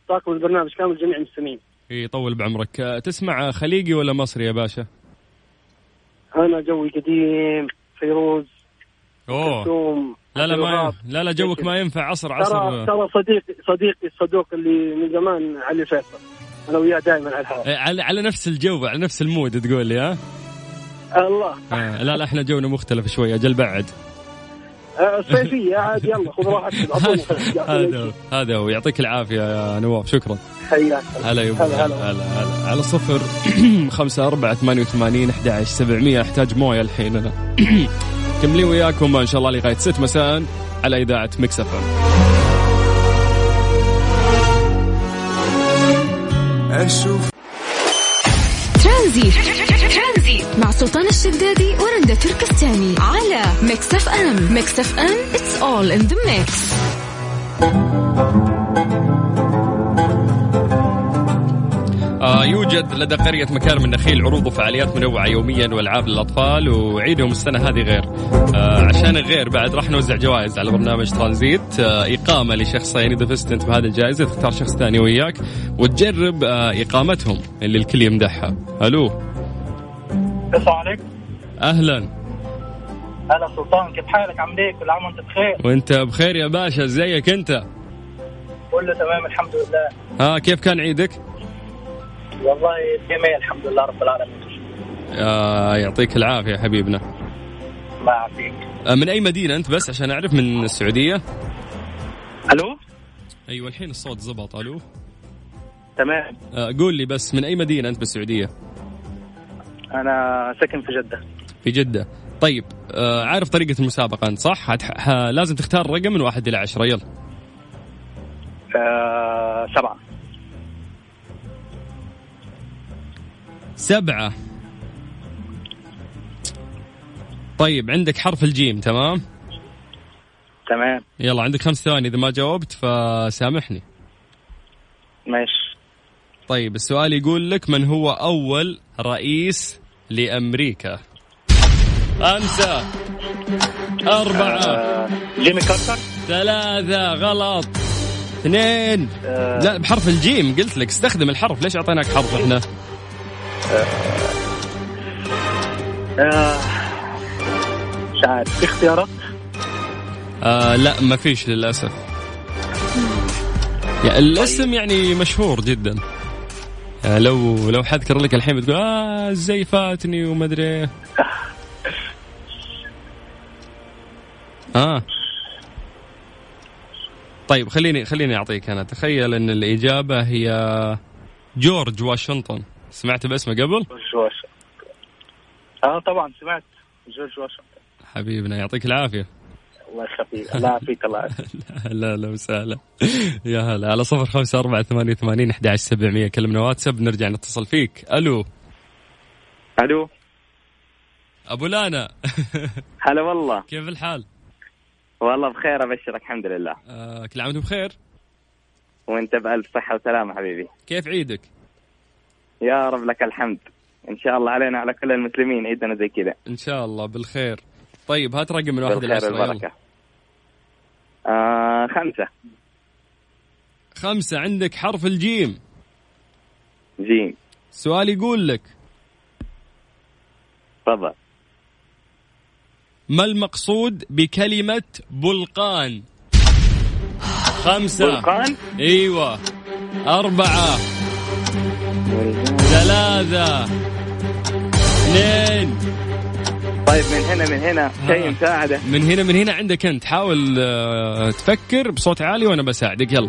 طاقم البرنامج كامل جميع المستمعين يطول بعمرك آه، تسمع خليجي ولا مصري يا باشا انا جوي قديم فيروز اوه كلثوم لا لا ما عبد ين- لا لا جوك ما ينفع عصر ترى عصر ترى صديقي صديقي الصدوق اللي من زمان علي فيصل انا وياه دائما على الحال إيه، على على نفس الجو على نفس المود تقول لي ها الله آه، لا لا احنا جونا مختلف شوي اجل بعد آه، الصيفيه عاد يلا خذ <laughs> راحتك اعطوني خلاص، يعطوني هذا هو هذا هو يعطيك العافيه يا نواف شكرا حياك هلا يا أبو هلا، هلا هلا. هلا على صفر <clears throat> خمسة أربعة ثمانية وثمانين أحد عشر سبعمية أحتاج موية الحين أنا <clears throat> كملي وياكم إن شاء الله لغاية ست مساء على إذاعة مكسفة أشوف ترانزي مع سلطان الشدادي ورندا تركستاني على ميكس اف ام ميكس اف ام اتس اول ان ذا ميكس آه، يوجد لدى قرية مكارم النخيل عروض وفعاليات منوعة يوميا والألعاب للأطفال وعيدهم السنة هذه غير آه، عشان غير بعد راح نوزع جوائز على برنامج ترانزيت آه، إقامة لشخصين إذا فزت أنت بهذه الجائزة تختار شخص ثاني وياك وتجرب آه، إقامتهم اللي الكل يمدحها ألو السلام عليكم أهلا هلا سلطان كيف حالك عامل ايه كل عام وانت بخير وأنت بخير يا باشا زيك أنت كله تمام الحمد لله ها كيف كان عيدك؟ والله جميل الحمد لله رب العالمين آه، يعطيك العافية حبيبنا الله يعافيك آه، من أي مدينة أنت بس عشان أعرف من السعودية؟ الو أيوة الحين الصوت زبط ألو تمام آه، قول لي بس من اي مدينه انت بالسعوديه؟ انا ساكن في جده في جده. طيب آه، عارف طريقه المسابقه انت صح؟ هتح... ه... لازم تختار رقم من واحد الى عشره يلا. آه سبعه سبعه. طيب عندك حرف الجيم تمام؟ تمام يلا عندك خمس ثواني اذا ما جاوبت فسامحني. ماشي طيب السؤال يقول لك من هو اول رئيس لامريكا؟ خمسه اربعه جيمي كارتر ثلاثه غلط اثنين آه لا بحرف الجيم قلت لك استخدم الحرف ليش اعطيناك حرف احنا آه، مش عارف في اختيارات آه لا ما فيش للاسف يعني الاسم يعني مشهور جدا آه لو لو حذكر لك الحين بتقول اه زي فاتني وما ادري إيه. اه طيب خليني خليني اعطيك انا تخيل ان الاجابه هي جورج واشنطن سمعت باسمه قبل جورج واشنطن اه طبعا سمعت جورج واشنطن حبيبنا يعطيك العافيه الله يخفيك الله يعافيك الله يعافيك <laughs> هلا هلا وسهلا يا هلا على صفر خمسة أربعة ثمانية وثمانين أحد عشر سبعمية كلمنا واتساب نرجع نتصل فيك ألو الو أبو لانا <laughs> هلا والله كيف الحال؟ والله بخير ابشرك الحمد لله آه كل عام وانتم بخير وانت بالف صحه وسلامه حبيبي كيف عيدك يا رب لك الحمد ان شاء الله علينا على كل المسلمين عيدنا زي كذا ان شاء الله بالخير طيب هات رقم من واحد الى بالخير عشره يلا والبركة. آه خمسه خمسة عندك حرف الجيم جيم سؤال يقول لك تفضل ما المقصود بكلمة بلقان خمسة بلقان؟ ايوه أربعة ثلاثة اثنين آه. طيب من هنا من هنا شيء مساعده من هنا من هنا عندك انت حاول آه، تفكر بصوت عالي وانا بساعدك يلا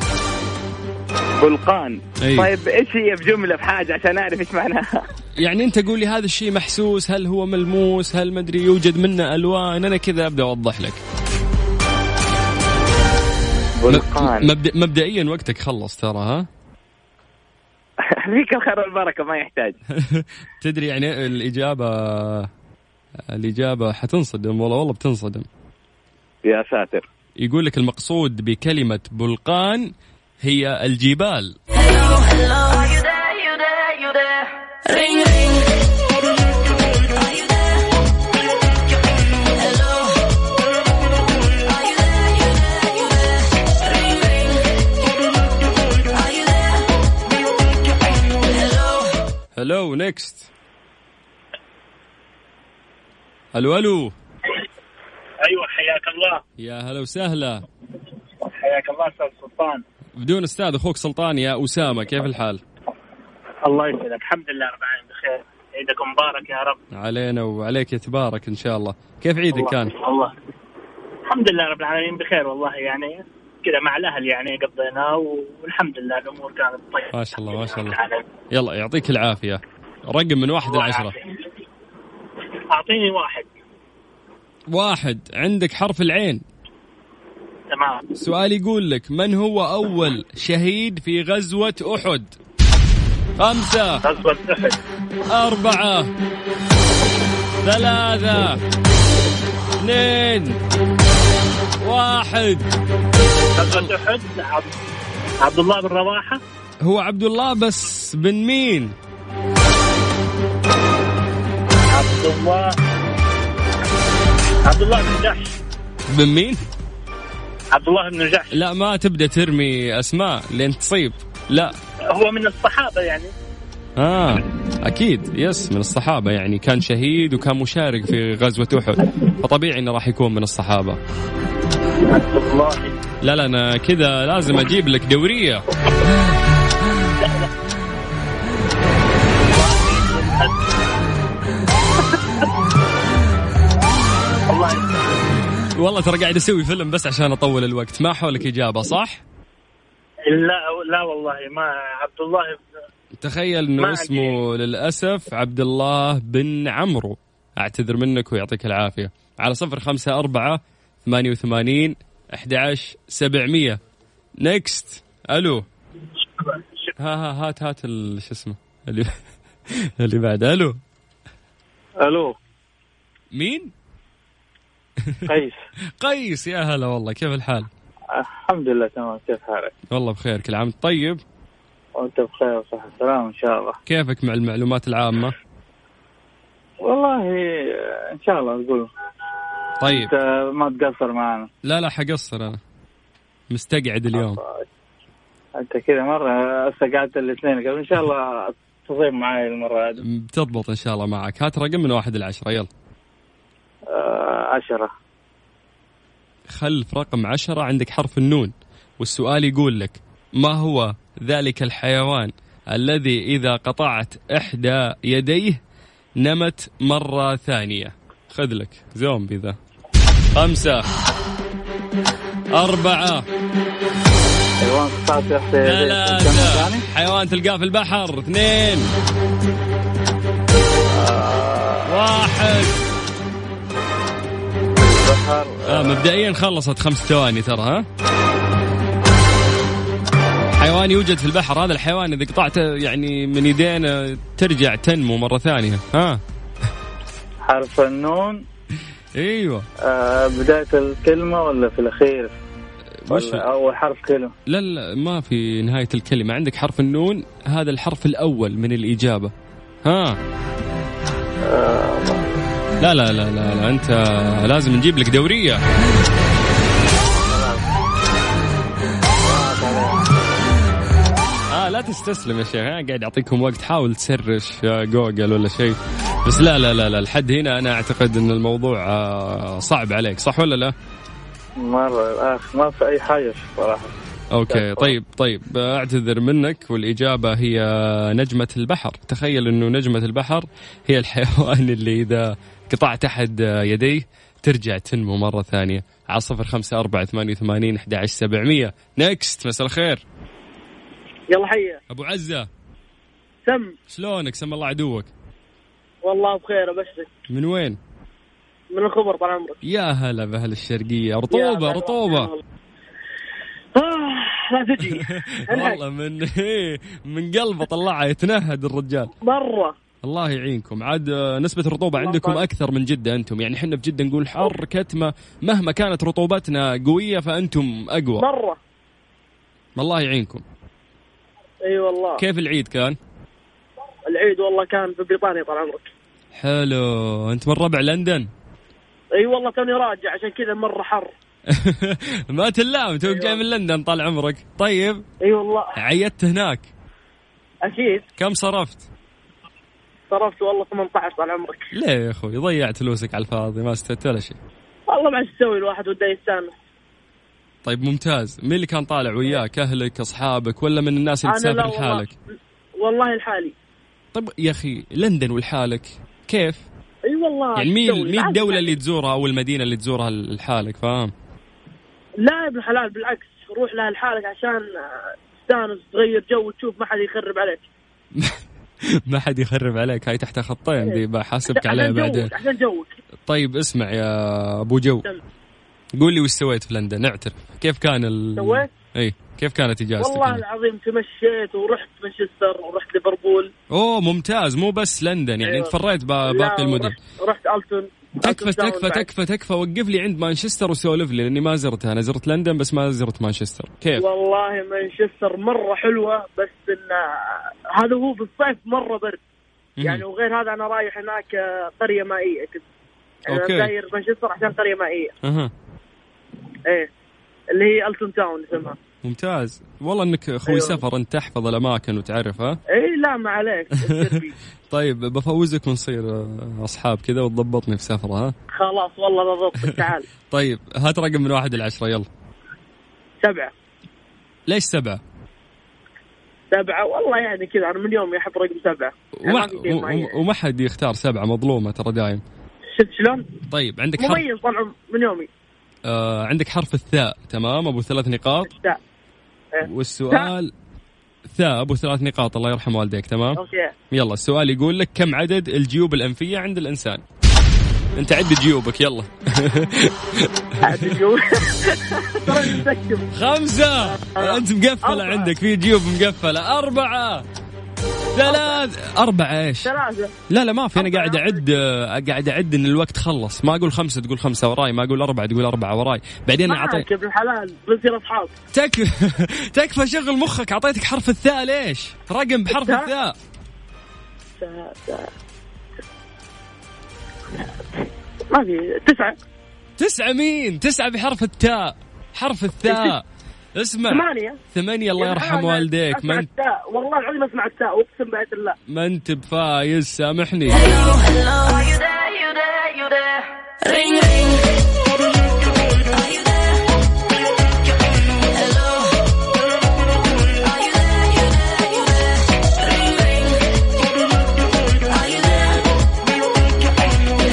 بلقان أيوة. طيب ايش هي بجمله بحاجه عشان اعرف ايش معناها <laughs> يعني انت قول لي هذا الشيء محسوس هل هو ملموس هل مدري يوجد منه الوان انا كذا ابدا اوضح لك بلقان مبدأ مبدئيا وقتك خلص ترى ها فيك الخير والبركه ما يحتاج تدري يعني الاجابه الاجابه حتنصدم والله والله بتنصدم يا ساتر يقول لك المقصود بكلمه بلقان هي الجبال هلو نيكست الو الو ايوه حياك الله يا هلا وسهلا حياك الله استاذ سلطان بدون استاذ اخوك سلطان يا اسامه كيف الحال؟ الله يسعدك الحمد لله رب العالمين بخير عيدكم مبارك يا رب علينا وعليك تبارك ان شاء الله، كيف عيدك الله. كان؟ الله الحمد لله رب العالمين بخير والله يعني كذا مع الاهل يعني قضيناه والحمد لله الامور كانت طيبه ما شاء الله ما شاء الله العالمين. يلا يعطيك العافيه رقم من واحد الله لعشره يعافيك. اعطيني واحد واحد عندك حرف العين تمام سؤال يقول لك من هو اول شهيد في غزوه احد؟ خمسه غزوه احد أربعة ثلاثة اثنين واحد غزوه احد عبد- عبد الله بن رواحه هو عبد الله بس بن مين؟ عبد الله عبد الله بن جحش بن مين؟ عبد الله بن جحش لا ما تبدا ترمي اسماء لين تصيب لا هو من الصحابه يعني اه اكيد يس من الصحابه يعني كان شهيد وكان مشارك في غزوه احد فطبيعي انه راح يكون من الصحابه عبد الله لا لا انا كذا لازم اجيب لك دوريه الله يسلمك. والله ترى قاعد اسوي فيلم بس عشان اطول الوقت ما حولك اجابه صح لا لا والله ما عبد الله بن- تخيل انه ما اسمه للاسف عبد الله بن عمرو اعتذر منك ويعطيك العافيه على صفر خمسة أربعة ثمانية وثمانين أحد عشر سبعمية نيكست ألو ها ها هات هات ال- شو اسمه اللي <laughs> اللي بعد ألو الو مين قيس قيس يا هلا والله كيف الحال الحمد لله تمام كيف حالك؟ والله بخير كل عام وأنت طيب وانت بخير وصحة وسلامة ان شاء الله كيفك مع المعلومات العامة والله ان شاء الله نقول طيب انت ما تقصر معنا لا لا حقصر أنا مستقعد اليوم انت كذا مرة استقعدت الاثنين قبل ان شاء الله تضيف معي المرة هذه بتضبط إن شاء الله معك هات رقم من واحد لعشرة يلا آه، عشرة خلف رقم عشرة عندك حرف النون والسؤال يقول لك ما هو ذلك الحيوان الذي إذا قطعت إحدى يديه نمت مرة ثانية خذ لك زومبي ذا خمسة أربعة حيوان قطعت يحصي ثلاثة حيوان تلقاه في البحر اثنين واحد آه مبدئيا خلصت خمس ثواني ترى ها حيوان يوجد في البحر هذا الحيوان اذا قطعته يعني من يدينا ترجع تنمو مره ثانيه ها حرف النون ايوه آه بداية الكلمة ولا في الأخير؟ وش ولا أول حرف كلمة لا لا ما في نهاية الكلمة عندك حرف النون هذا الحرف الأول من الإجابة ها لا لا لا لا, لا أنت لازم نجيب لك دورية آه لا تستسلم يا شيخ ها قاعد أعطيكم وقت حاول تسرش يا جوجل ولا شيء بس لا لا لا لا لحد هنا أنا أعتقد أن الموضوع آه، صعب عليك صح ولا لا؟ مرة أخ ما في أي حاجة صراحة اوكي طيب طيب اعتذر منك والاجابه هي نجمه البحر تخيل انه نجمه البحر هي الحيوان اللي اذا قطعت احد يديه ترجع تنمو مره ثانيه على صفر خمسه اربعه ثمانيه وثمانين احدى عشر سبعمئه نكست مساء الخير يلا حيا ابو عزه سم شلونك سم الله عدوك والله بخير ابشرك من وين من الخبر طال عمرك يا هلا باهل الشرقيه رطوبه رطوبه آه، لا تجي والله من إيه، من قلبه طلعها يتنهد الرجال مره الله يعينكم عاد آه، نسبة الرطوبة عندكم أكثر من جدة أنتم يعني حنا في جدة نقول حر كتمة مهما كانت رطوبتنا قوية فأنتم أقوى مره الله يعينكم اي والله كيف العيد كان؟ العيد والله كان في بريطانيا طال عمرك حلو أنت من ربع لندن <laughs> اي والله توني راجع عشان كذا مره حر ما تلام أيوة. توك جاي من لندن طال عمرك طيب اي والله عيدت هناك اكيد كم صرفت؟ صرفت والله 18 طال عمرك ليه يا أخوي ضيعت فلوسك على الفاضي ما استفدت ولا شيء والله ما عاد يسوي الواحد وده يستانس طيب ممتاز مين اللي كان طالع وياك أهلك أصحابك ولا من الناس اللي أنا لا تسافر والله. لحالك والله الحالي طيب يا أخي لندن ولحالك كيف؟ اي والله يعني مين تسوي. مين عاد- الدولة اللي تزورها أو المدينة اللي تزورها لحالك فاهم؟ <laughs> لا يا ابن الحلال بالعكس روح لها لحالك عشان آه، تستانس تغير جو وتشوف ما حد يخرب عليك ما حد يخرب عليك هاي تحت خطين إيه. دي بحاسبك عليها عشان جوك بعدين عشان جوك طيب اسمع يا أبو جو سم. قول لي وش سويت في لندن اعترف كيف كان ال سويت؟ اي كيف كانت يعني؟ اجازتك؟ والله العظيم تمشيت ورحت مانشستر ورحت ليفربول اوه ممتاز مو بس لندن يعني انت فريت با- باقي أيوه. لا، المدن ورحت- رحت التون تكفى ألتون تاون تكفى بعد. تكفى تكفى وقف لي عند مانشستر وسولف لي لاني ما زرتها انا زرت لندن بس ما زرت مانشستر كيف والله مانشستر مره حلوه بس ان هذا هو في الصيف مره برد مم. يعني وغير هذا انا رايح هناك آه، قريه مائيه كنت يعني أوكي. انا داير مانشستر عشان قريه مائيه اها ايه اللي هي التون تاون اسمها ممتاز والله انك اخوي أيوة. سفر انت تحفظ الاماكن وتعرفها اي لا ما عليك طيب بفوزك ونصير آه، اصحاب كذا وتضبطني في سفره ها خلاص والله بالضبط تعال طيب هات رقم من واحد لعشره يلا سبعه ليش سبعه؟ سبعه والله يعني كذا انا من يومي احب رقم سبعه يعني وما, ما في شيء و- معين. و- وما حد يختار سبعه مظلومه ترى دايم شفت شلون؟ طيب عندك حرف مميز طبعا من يومي آه عندك حرف الثاء تمام ابو ثلاث نقاط لا إيه. والسؤال ثاء ابو ثلاث نقاط الله يرحم والديك تمام اوكي يلا السؤال يقول لك كم عدد الجيوب الانفيه عند الانسان انت عد جيوبك يلا <laughs> ترى مسكب خمسة انت مقفلة عندك في جيوب مقفلة أربعة ثلاث أربعة ايش ثلاثه لا لا ما في انا قاعد اعد آه، قاعد اعد ان الوقت خلص ما اقول خمسه تقول خمسه وراي ما اقول اربعه تقول اربعه وراي بعدين اعطي معك يا ابن الحلال بنصير اصحاب تك... <laughs> تكفى شغل مخك اعطيتك حرف الثاء ليش؟ رقم بحرف الثاء؟ الثاء تا- تا- ما في تسعه تسعة مين؟ تسعة بحرف التاء حرف الثاء اسمع ثمانية. ثمانية الله يرحم والديك ما اسمع انت التاء والله العظيم اسمع التاء اقسم بآية الله ما انت بفايز سامحني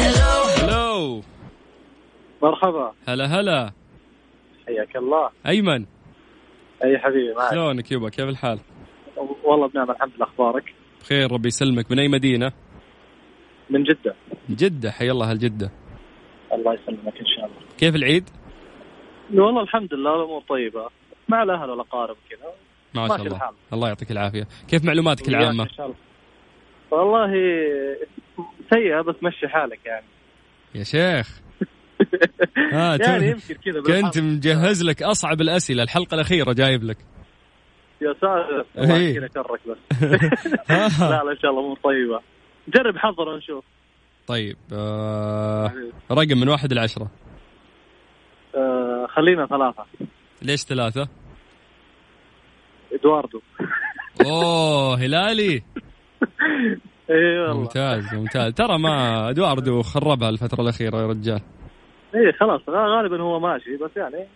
هلو مرحبا هلا هلا حياك الله ايمن اي حبيبي معك شلونك يبا كيف الحال؟ والله بنعم الحمد لله اخبارك بخير ربي يسلمك من اي مدينة؟ من جده جدة حي الله اهل جدة الله يسلمك ان شاء الله كيف العيد؟ والله الحمد لله الامور طيبه مع الاهل والاقارب كذا ما ماشي شاء الله الحال. الله يعطيك العافية كيف معلوماتك وياك العامة؟ إن شاء الله. والله سيئه بس مشي حالك يعني <laughs> يا شيخ آه يعني تو- يمكن كذا بالحظ. كنت مجهز لك اصعب الاسئله الحلقه الاخيره جايب لك يا ساتر إيه. الله كذا كرك <laughs> بس لا لا ان شاء الله امور طيبه جرب حظر ونشوف طيب آه رقم من واحد لعشرة آه خلينا ثلاثه ليش ثلاثة؟ ادواردو اوه <laughs> هلالي اي إيه، والله ممتاز ممتاز ترى ما ادواردو خربها الفترة الأخيرة يا رجال اي إيه، خلاص غالبا هو ماشي بس يعني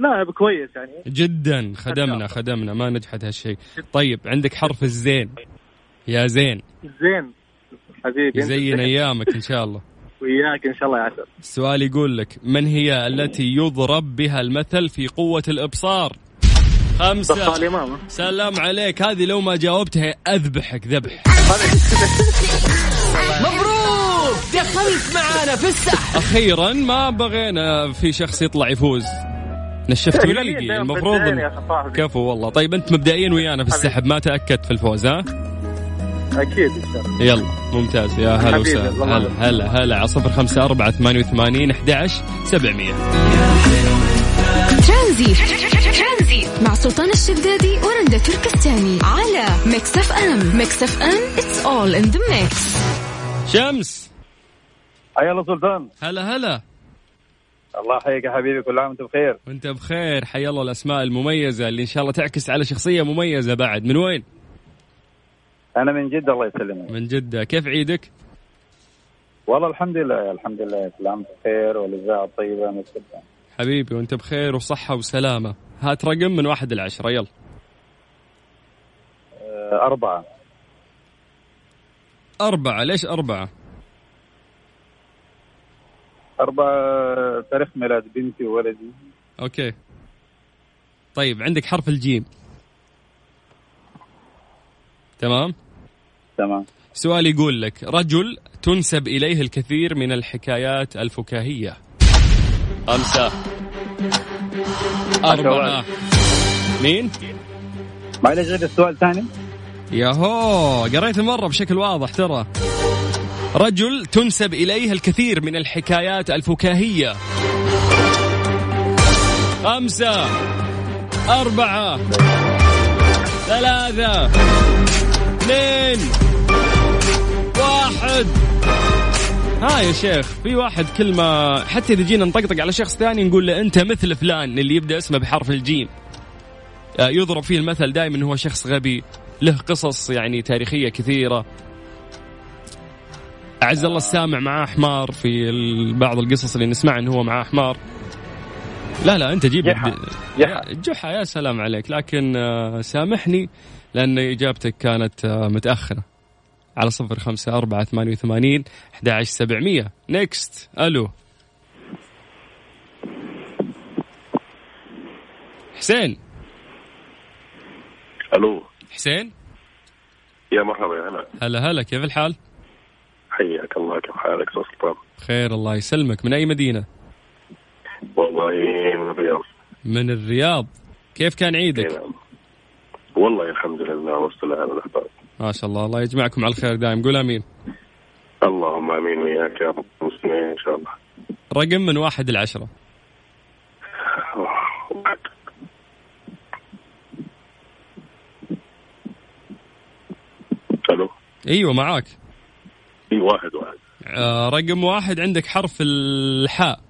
لاعب كويس يعني جدا خدمنا خدمنا ما نجحت هالشيء طيب عندك حرف الزين يا زين زين حبيبي أنت يزين أيامك إن شاء الله وياك ان شاء الله يا عسل السؤال يقول لك من هي التي يضرب بها المثل في قوة الإبصار بطال خمسة امام سلام عليك هذه لو ما جاوبتها أذبحك ذبح مبروك دخلت معانا في السحب أخيرا ما بغينا في شخص يطلع يفوز نشفت وليدي المفروض إن- كفو والله طيب أنت مبدئيا ويانا في السحب ما تأكدت في الفوز ها اكيد ان شاء الله يلا ممتاز يا هلا حبيبي، وسهلا الله هلا هلا هلا على صفر خمسة أربعة ثمانية وثمانين أحد عشر سبعمية ترانزي ترانزي مع سلطان الشدادي ورندا تركستاني على ميكس اف ام ميكس اف ام اتس اول ان ذا ميكس شمس حيا الله سلطان هلا هلا الله يحييك يا حبيبي كل عام وانت بخير وانت بخير حيا الله الأسماء المميزة اللي إن شاء الله تعكس على شخصية مميزة بعد من وين انا من جده الله يسلمك من جدة كيف عيدك والله الحمد لله الحمد لله كل عام وانت بخير والاذاعه طيبه من السلطان حبيبي وانت بخير وصحة وسلامة هات رقم من واحد لعشرة يلا آه، اربعه أربعة ليش أربعة اربعه تاريخ ميلاد بنتي وولدي أوكي طيب عندك حرف الجيم تمام تمام سؤال يقول لك رجل تنسب إليه الكثير من الحكايات الفكاهية خمسة أربعة مين؟ معلش غير السؤال ثاني ياهو قريت مرة بشكل واضح ترى رجل تنسب إليه الكثير من الحكايات الفكاهية خمسة أربعة ثلاثة اثنين واحد ها يا شيخ في واحد كل ما حتى إذا جينا نطقطق على شخص ثاني نقول له أنت مثل فلان اللي يبدأ اسمه بحرف الجيم آه، يضرب فيه المثل دائما هو شخص غبي له قصص يعني تاريخيه كثيره اعز الله السامع معاه حمار في ال- بعض القصص اللي نسمع انه هو معاه حمار لا لا انت جيب جحا. جحا. جحا يا سلام عليك لكن آه، سامحني لان اجابتك كانت آه، متاخره على صفر خمسة أربعة ثمانية وثمانين أحد عشر سبعمية نيكست ألو حسين الو حسين يا مرحبا يا هلا هلا هلا كيف الحال؟ حياك الله كيف حالك استاذ سلطان بخير الله يسلمك من أي مدينة؟ والله من الرياض من الرياض كيف كان عيدك؟ نعم. والله الحمد لله والسلام على الاحباب ما شاء الله الله يجمعكم على الخير دائم قول آمين اللهم امين وياك يا رب المسلمين ان شاء الله رقم من واحد لعشرة الو أيوة معاك في واحد واحد آه رقم واحد عندك حرف الحاء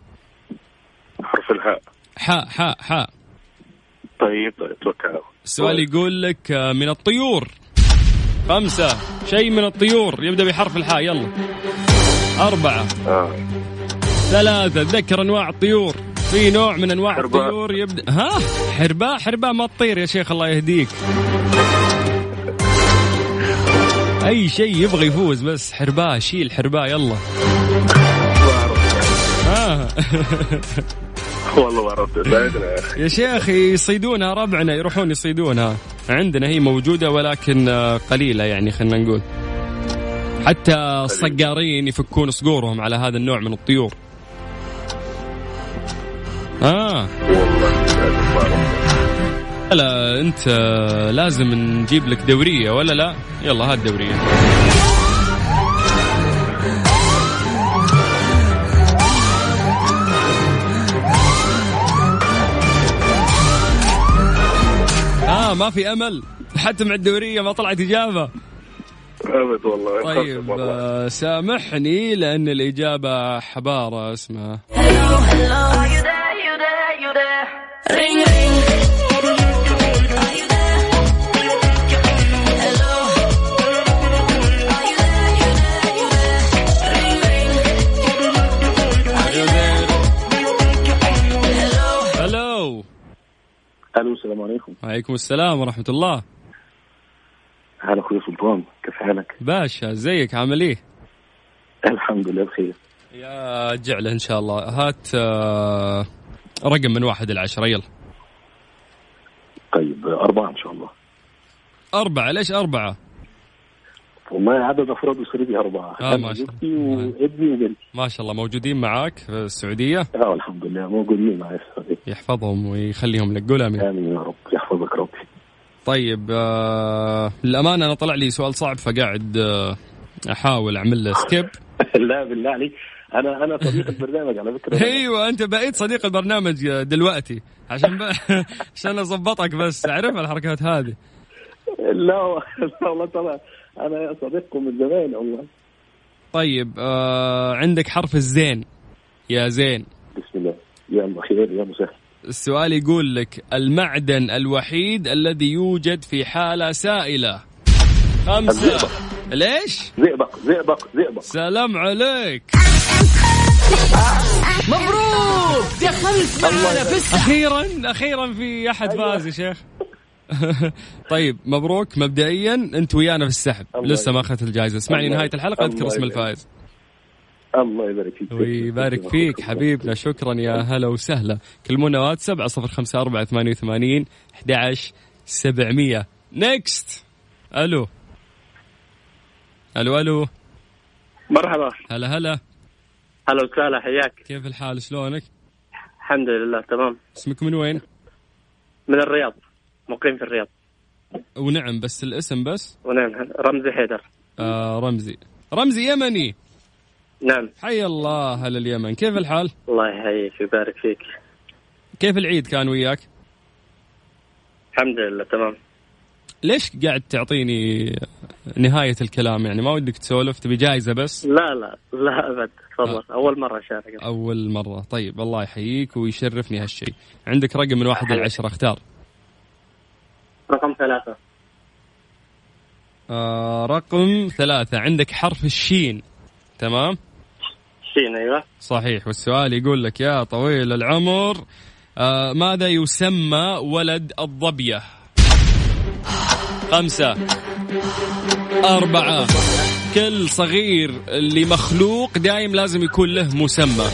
حرف الهاء حاء حاء حاء طيب طيب توكل على الله. السؤال يقول لك آه، من الطيور خمسة شيء من الطيور يبدأ بحرف الحاء يلا أربعة آه. ثلاثة تذكر أنواع الطيور في نوع من أنواع حرباء. الطيور يبدأ ها حرباء حرباء ما تطير يا شيخ الله يهديك أي شيء يبغى يفوز بس حرباء شيل حرباء يلا ها <laughs> والله ما عرفت ساعدنا يا اخي يا شيخ يصيدونها ربعنا يروحون يصيدونها عندنا هي موجودة ولكن آه، قليلة يعني خلينا نقول حتى الصقارين يفكون صقورهم على هذا النوع من الطيور آه لا انت آه، لازم نجيب لك دورية ولا لا يلا هات دورية ها ما في امل حتى مع الدوريه ما طلعت اجابه ابد والله طيب آه، سامحني لان الاجابه حباره اسمها الو الو السلام عليكم وعليكم السلام ورحمه الله هلا اخوي سلطان كيف حالك؟ باشا زيك عامل ايه؟ الحمد لله بخير يا جعله ان شاء الله هات آه، رقم من واحد الى عشره يلا طيب أربعة إن شاء الله أربعة ليش أربعة؟ والله عدد أفراد أسرتي أربعة آه، أنا ما شاء زوجتي وابني وبنتي ما شاء الله موجودين معاك في السعودية؟ اه الحمد لله موجودين معايا في السعودية يحفظهم ويخليهم لك قول آمين آمين يا رب يحفظك ربي <laughs> طيب آه للأمانة أنا طلع لي سؤال صعب فقاعد آه أحاول أعمل له سكيب <laughs> لا بالله عليك أنا أنا صديق البرنامج على <laughs> فكرة ايوه انت بقيت صديق البرنامج دلوقتي عشان ب... <laughs> عشان اظبطك بس اعرف الحركات هذه لا <laughs> لا والله طبعا أنا صديقكم من زمان والله طيب آه عندك حرف الزين يا زين بسم الله يلا خير يا مسهل السؤال يقول لك المعدن الوحيد الذي يوجد في حالة سائلة خمسة ليش؟ زئبق زئبق زئبق سلام عليك مبروك دخلت معانا في السحب اخيرا اخيرا في احد فاز يا شيخ <laughs> طيب مبروك مبدئيا انت ويانا في السحب لسه ما اخذت الجائزه اسمعني الله نهايه الحلقه اذكر الله اسم يبارك. الفائز الله يبارك فيك ويبارك فيك حبيبنا شكرا يا هلا وسهلا كلمونا واتساب على صفر خمسة أربعة ثمانية وثمانين سبعمية نيكست ألو ألو ألو مرحبا هلا هلا هلا وسهلا حياك كيف الحال شلونك الحمد لله تمام اسمك من وين من الرياض مقيم في الرياض ونعم بس الاسم بس ونعم رمزي حيدر آه رمزي رمزي يمني نعم حي الله هلا اليمن كيف الحال الله يحييك ويبارك فيك كيف العيد كان وياك الحمد لله تمام ليش قاعد تعطيني نهاية الكلام يعني ما ودك تسولف تبي جايزة بس لا لا لا ابد آه. تفضل اول مره اشارك أول مرة طيب الله يحييك ويشرفني هالشيء عندك رقم من واحد إلى عشرة اختار رقم ثلاثه آه رقم ثلاثة عندك حرف الشين تمام شين ايوه صحيح والسؤال يقول لك يا طويل العمر آه ماذا يسمى ولد الظبية خمسة أربعة كل صغير اللي مخلوق دايم لازم يكون له مسمى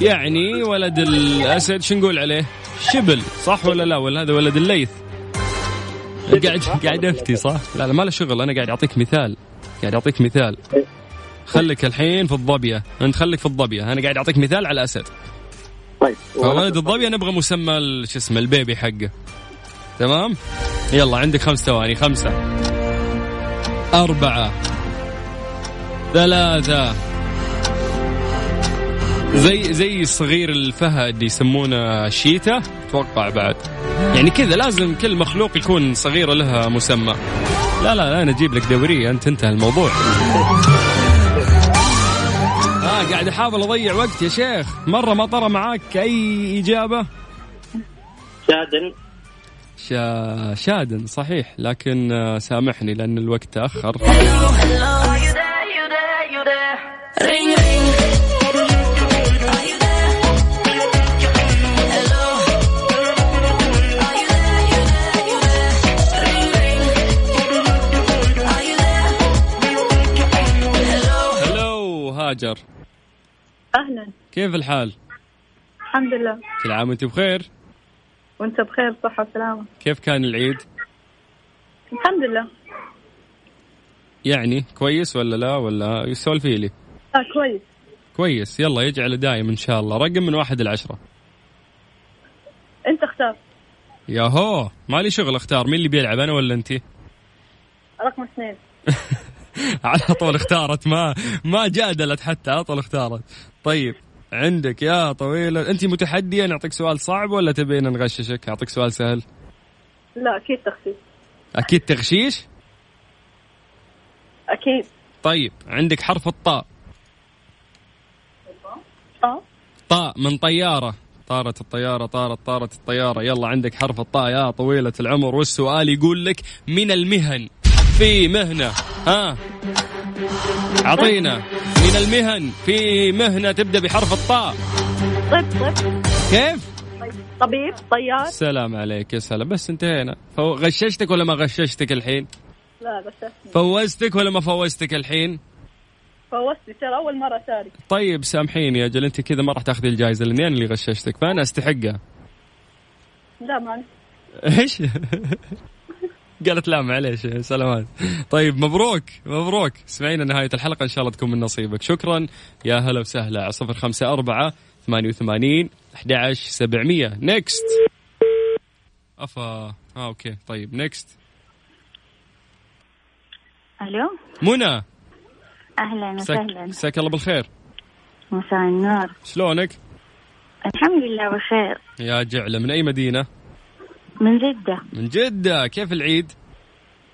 يعني ولد الأسد شو نقول عليه شبل صح ولا لا ولا هذا ولد الليث قاعد قاعد افتي صح لا لا ما له شغل انا قاعد اعطيك مثال قاعد اعطيك مثال خليك الحين في الظبيه انت خليك في الظبيه انا قاعد اعطيك مثال على الاسد طيب فولد الظبيه نبغى مسمى ال- شو اسمه البيبي حقه تمام يلا عندك خمس ثواني خمسه اربعه ثلاثه زي زي الصغير الفهد يسمونه شيتا اتوقع بعد يعني كذا لازم كل مخلوق يكون صغيره لها مسمى لا لا لا انا اجيب لك دوريه انت انتهى الموضوع ها آه، قاعد احاول اضيع وقت يا شيخ مره ما طرى معاك اي اجابه شادن شا... شادن صحيح لكن آه، سامحني لان الوقت تاخر هلو هاجر اهلا كيف الحال الحمد لله كل عام وانت بخير وانت بخير صحة وسلامة كيف كان العيد الحمد لله يعني كويس ولا لا ولا سولفي لي آه كويس كويس يلا يجعله دايم ان شاء الله رقم من واحد لعشرة انت اختار يا هو مالي شغل اختار مين اللي بيلعب انا ولا انت رقم اثنين <laughs> على طول اختارت ما ما جادلت حتى على طول اختارت طيب عندك يا طويلة انت متحدية نعطيك سؤال صعب ولا تبين نغششك اعطيك سؤال سهل لا، لا اكيد تخفيف اكيد تغشيش اكيد طيب عندك حرف الطاء اه طاء من طيارة طارت الطيارة طارت طارت الطيارة يلا عندك حرف الطاء يا طويلة العمر والسؤال يقول لك من المهن في مهنة ها عطينا من المهن في مهنة تبدأ بحرف الطاء طب طب كيف؟ طبيب طيار سلام عليك يا سلام بس انتهينا فو- غششتك ولا ما غششتك الحين؟ لا بس فوزتك ولا ما فوزتك الحين؟ فوزتي ترى اول مره ساري طيب سامحيني يا اجل انت كذا ما راح تاخذي الجائزة لاني انا اللي غششتك فانا استحقها لا معلش ايش؟ <laughs> قالت لا معليش سلامات طيب مبروك مبروك اسمعينا نهاية الحلقة إن شاء الله تكون من نصيبك شكرا يا هلا وسهلا على صفر خمسة أربعة ثمانية وثمانين أحد عشر سبعمية نيكست أفا آه أوكي طيب نيكست الو منى اهلا وسهلا مساك الله بالخير مساء النور شلونك الحمد لله بخير يا جعلة من أي مدينة من جدة من جدة كيف العيد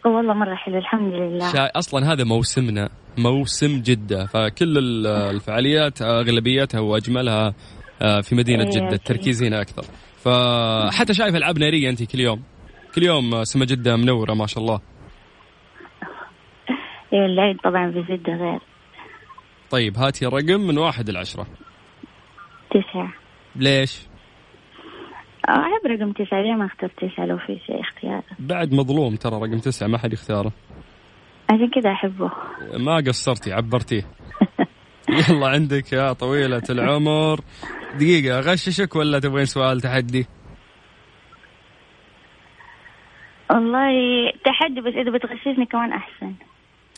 والله مرة حلو الحمد لله شا... اصلا هذا موسمنا موسم جده فكل ال- الفعاليات اغلبيتها واجملها آه، في مدينه إيه، جده أكيد. التركيز هنا اكثر فحتى شايف العاب ناريه انت كل يوم كل يوم آه، سما جده منوره ما شاء الله إيه، العيد طبعا في جدة غير طيب هاتي رقم من واحد لعشرة تسعة ليش آه، أحب رقم تسعة ليه ما اخترت تسعة لو في شيء اختيار بعد مظلوم ترى رقم تسعة ما حد يختاره عشان كذا أحبه ما قصرتي عبرتيه <laughs> يلا عندك يا طويلة العمر دقيقة أغششك ولا تبغين سؤال تحدي؟ والله تحدي بس إذا بتغششني كمان أحسن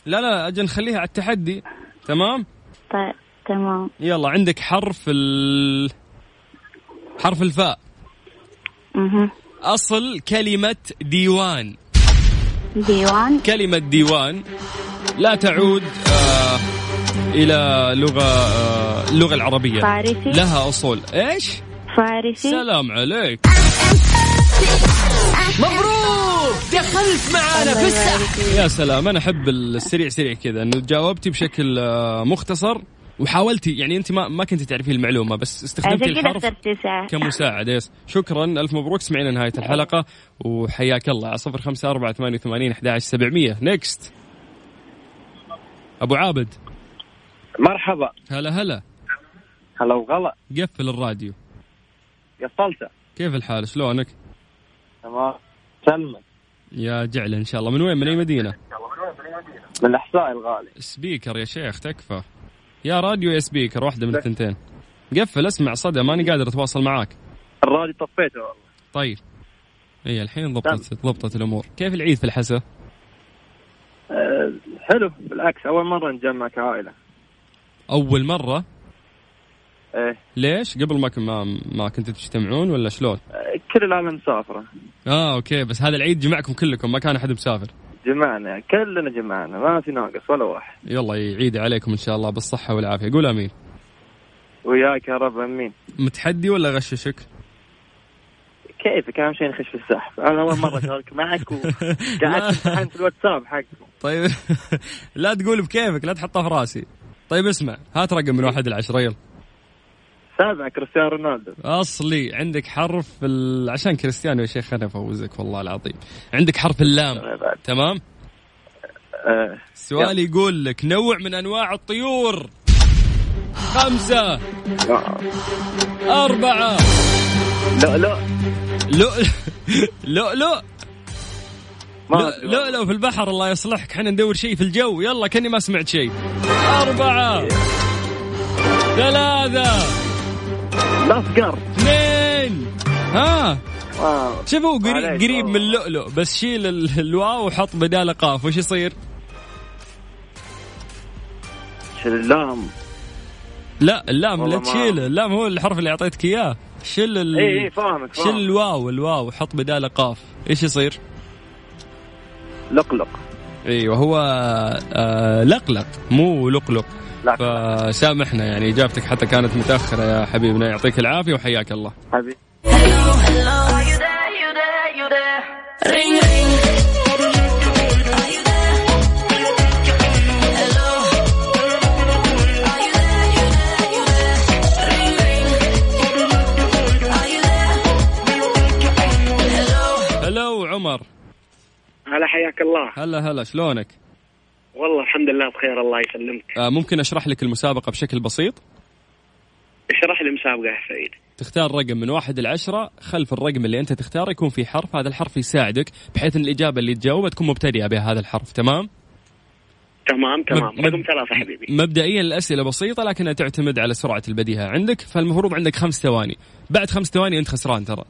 لا لا أجل نخليها على التحدي تمام؟ طيب تمام يلا عندك حرف ال حرف الفاء مهم. أصل كلمة ديوان ديوان كلمة ديوان لا تعود آه إلى لغة آه اللغة العربية طيب. فارسي. لها أصول إيش؟ فارسي سلام عليك مبروك دخلت معانا في السحب يا سلام أنا أحب السريع سريع كذا إنه جاوبتي بشكل آه مختصر وحاولتي يعني أنت ما ما كنت تعرفي المعلومة بس عشان استخدمتي كذا الحرف اخترت تسعة كمساعدة يس شكرا ألف مبروك سمعنا نهاية الحلقة وحياك الله على صفر خمسة أربعة ثمانية وثمانين أحد عشر سبعمية نيكست أبو عابد مرحبا هلا هلا هلا وغلا قفل الراديو قفلته كيف الحال شلونك تمام سلمى يا جعل إن شاء الله من وين من أي مدينة من الاحساء الغالي سبيكر يا شيخ تكفى يا راديو يا سبيكر واحدة من الثنتين قفل اسمع صدى ماني قادر أتواصل معاك الرادي طفيته والله طيب هي الحين ضبطت ضبطت الأمور كيف العيد في الحسا أه حلو بالعكس اول مره نجمع كعائله أول مرة ايه ليش قبل ما كن- ما ما كنتوا تجتمعون ولا شلون؟ أه، كل العالم مسافره اه اوكي بس هذا العيد جمعكم كلكم ما كان احد مسافر جمعنا كلنا جمعنا ما في ناقص ولا واحد يلا يعيد عليكم ان شاء الله بالصحه والعافيه قول امين وياك يا رب امين متحدي ولا غششك كيفك اهم شيء نخش في السحب انا اول مره اشارك معك وقعدت امتحن في الواتساب حقكم طيب <laughs> لا تقول بكيفك لا تحطها في راسي طيب اسمع هات رقم من واحد لعشرة يلا سابع كريستيانو رونالدو اصلي عندك حرف ال... عشان كريستيانو يا شيخ انا افوزك والله العظيم عندك حرف اللام تمام أه السؤال يقول لك نوع من انواع الطيور خمسة أربعة لؤلؤ لؤلؤ لؤلؤ ما لؤ- أدري والله. لؤلؤ في البحر الله يصلحك احنا ندور شيء في الجو يلا كاني ما سمعت شيء إيه. أربعة ثلاثة الافقر اثنين ها واو. شوفوا قريب عليك قريب من والله. اللؤلؤ بس شيل ال- الواو وحط بداله قاف وش يصير؟ شل اللام لا اللام لا والله ما- تشيله اللام هو الحرف اللي اعطيتك اياه شل ال... إيه، إيه، فاهمك، شل فاهم. الواو الواو وحط بداله قاف ايش يصير؟ لقلق ايوه هو آه لقلق مو لقلق فسامحنا يعني اجابتك حتى كانت متاخره يا حبيبنا يعطيك العافيه وحياك الله حبيبي Ring عمر هلا حياك الله هلا هلا شلونك والله الحمد لله بخير الله يسلمك آه ممكن اشرح لك المسابقه بشكل بسيط اشرح لي المسابقه يا سعيد تختار رقم من واحد لعشرة خلف الرقم اللي انت تختاره يكون في حرف هذا الحرف يساعدك بحيث ان الاجابه اللي تجاوبها تكون مبتدئه بهذا الحرف تمام تمام تمام مب- رقم ثلاثة حبيبي مبدئيا الاسئله بسيطه لكنها تعتمد على سرعه البديهه عندك فالمفروض عندك خمس ثواني بعد خمس ثواني انت خسران ترى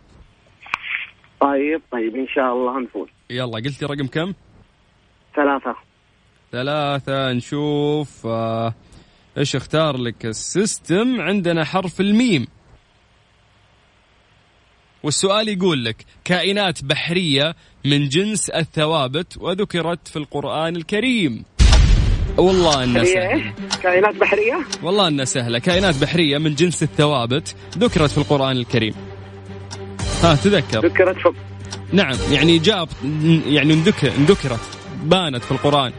طيب طيب ان شاء الله نفوز يلا قلت لي رقم كم ثلاثة ثلاثة نشوف آه، ايش اختار لك السيستم عندنا حرف الميم والسؤال يقول لك كائنات بحرية من جنس الثوابت وذكرت في القرآن الكريم والله انها سهلة بحرية كائنات بحرية والله انها سهلة كائنات بحرية من جنس الثوابت ذكرت في القرآن الكريم ها تذكر ذكرت في نعم يعني جاب يعني انذكر انذكرت بانت في القرآن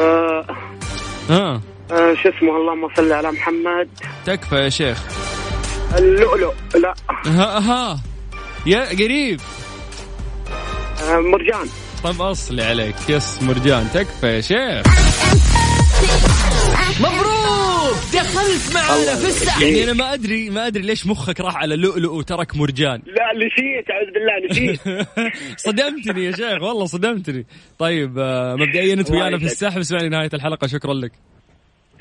آه ها آه شو اسمه اللهم صل على محمد تكفى يا شيخ اللؤلؤ لا ها ها يا قريب آه مرجان طب اصلي عليك يس مرجان تكفى يا شيخ مبروك دخلت معنا في السحب يعني انا ما ادري ما ادري ليش مخك راح على لؤلؤ وترك مرجان لا نسيت اعوذ بالله نسيت <laughs> صدمتني يا شيخ والله صدمتني طيب آه، مبدئيا انت الله ويانا في يسعدك. السحب اسمعني نهايه الحلقه شكرا لك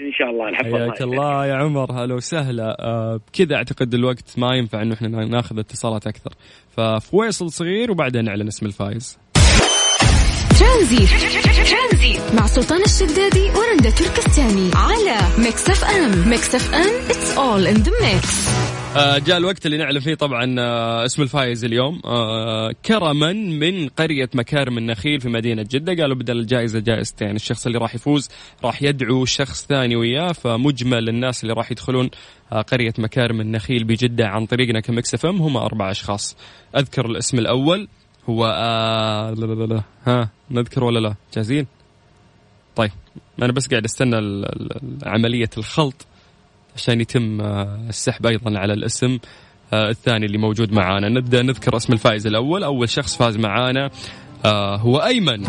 ان شاء الله الحمد لله حياك الله يا عمر هلا وسهلا آه، بكذا اعتقد الوقت ما ينفع انه احنا ناخذ اتصالات اكثر ففويصل صغير وبعدين نعلن اسم الفايز ترانزي مع سلطان الشدادي ورندا تركستاني على ميكس اف ام ميكس اف ام اتس اول ان ذا ميكس آه، جاء الوقت اللي نعلن فيه طبعا آه، اسم الفائز اليوم آه، كرما من قرية مكارم النخيل في مدينة جدة قالوا بدل الجائزة جائزتين الشخص اللي راح يفوز راح يدعو شخص ثاني وياه فمجمل الناس اللي راح يدخلون آه، قرية مكارم النخيل بجدة عن طريقنا كمكس اف ام هم أربع أشخاص أذكر الاسم الأول هو آه لا لا لا لا ها نذكر ولا لا جاهزين طيب أنا بس قاعد أستنى ال- ال- ال- عملية الخلط عشان يتم آه، السحب ايضا على الاسم آه، الثاني اللي موجود معانا نبدا نذكر اسم الفائز الاول اول شخص فاز معانا آه، هو ايمن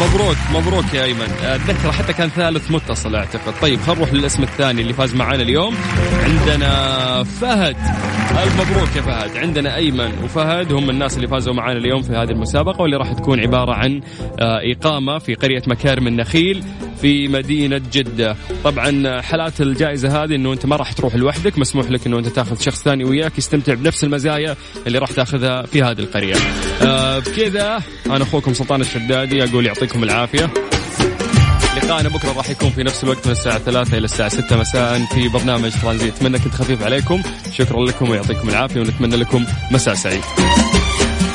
مبروك مبروك يا ايمن آه، اتذكر حتى كان ثالث متصل اعتقد طيب خلينا نروح للاسم الثاني اللي فاز معانا اليوم عندنا فهد الف مبروك يا فهد عندنا ايمن وفهد هم الناس اللي فازوا معانا اليوم في هذه المسابقه واللي راح تكون عباره عن آه، اقامه في قريه مكارم النخيل في مدينه جده طبعا حالات الجائزه هذه انه انت ما راح تروح لوحدك مسموح لك انه انت تاخذ شخص ثاني وياك يستمتع بنفس المزايا اللي راح تاخذها في هذه القريه آه، بكذا انا اخوكم سلطان الشدادي اقول يعطيكم العافيه لقاءنا بكرة راح يكون في نفس الوقت من الساعة 3 إلى الساعة 6 مساء في برنامج ترانزيت أتمنى كنت خفيف عليكم شكرا لكم ويعطيكم العافية ونتمنى لكم مساء سعيد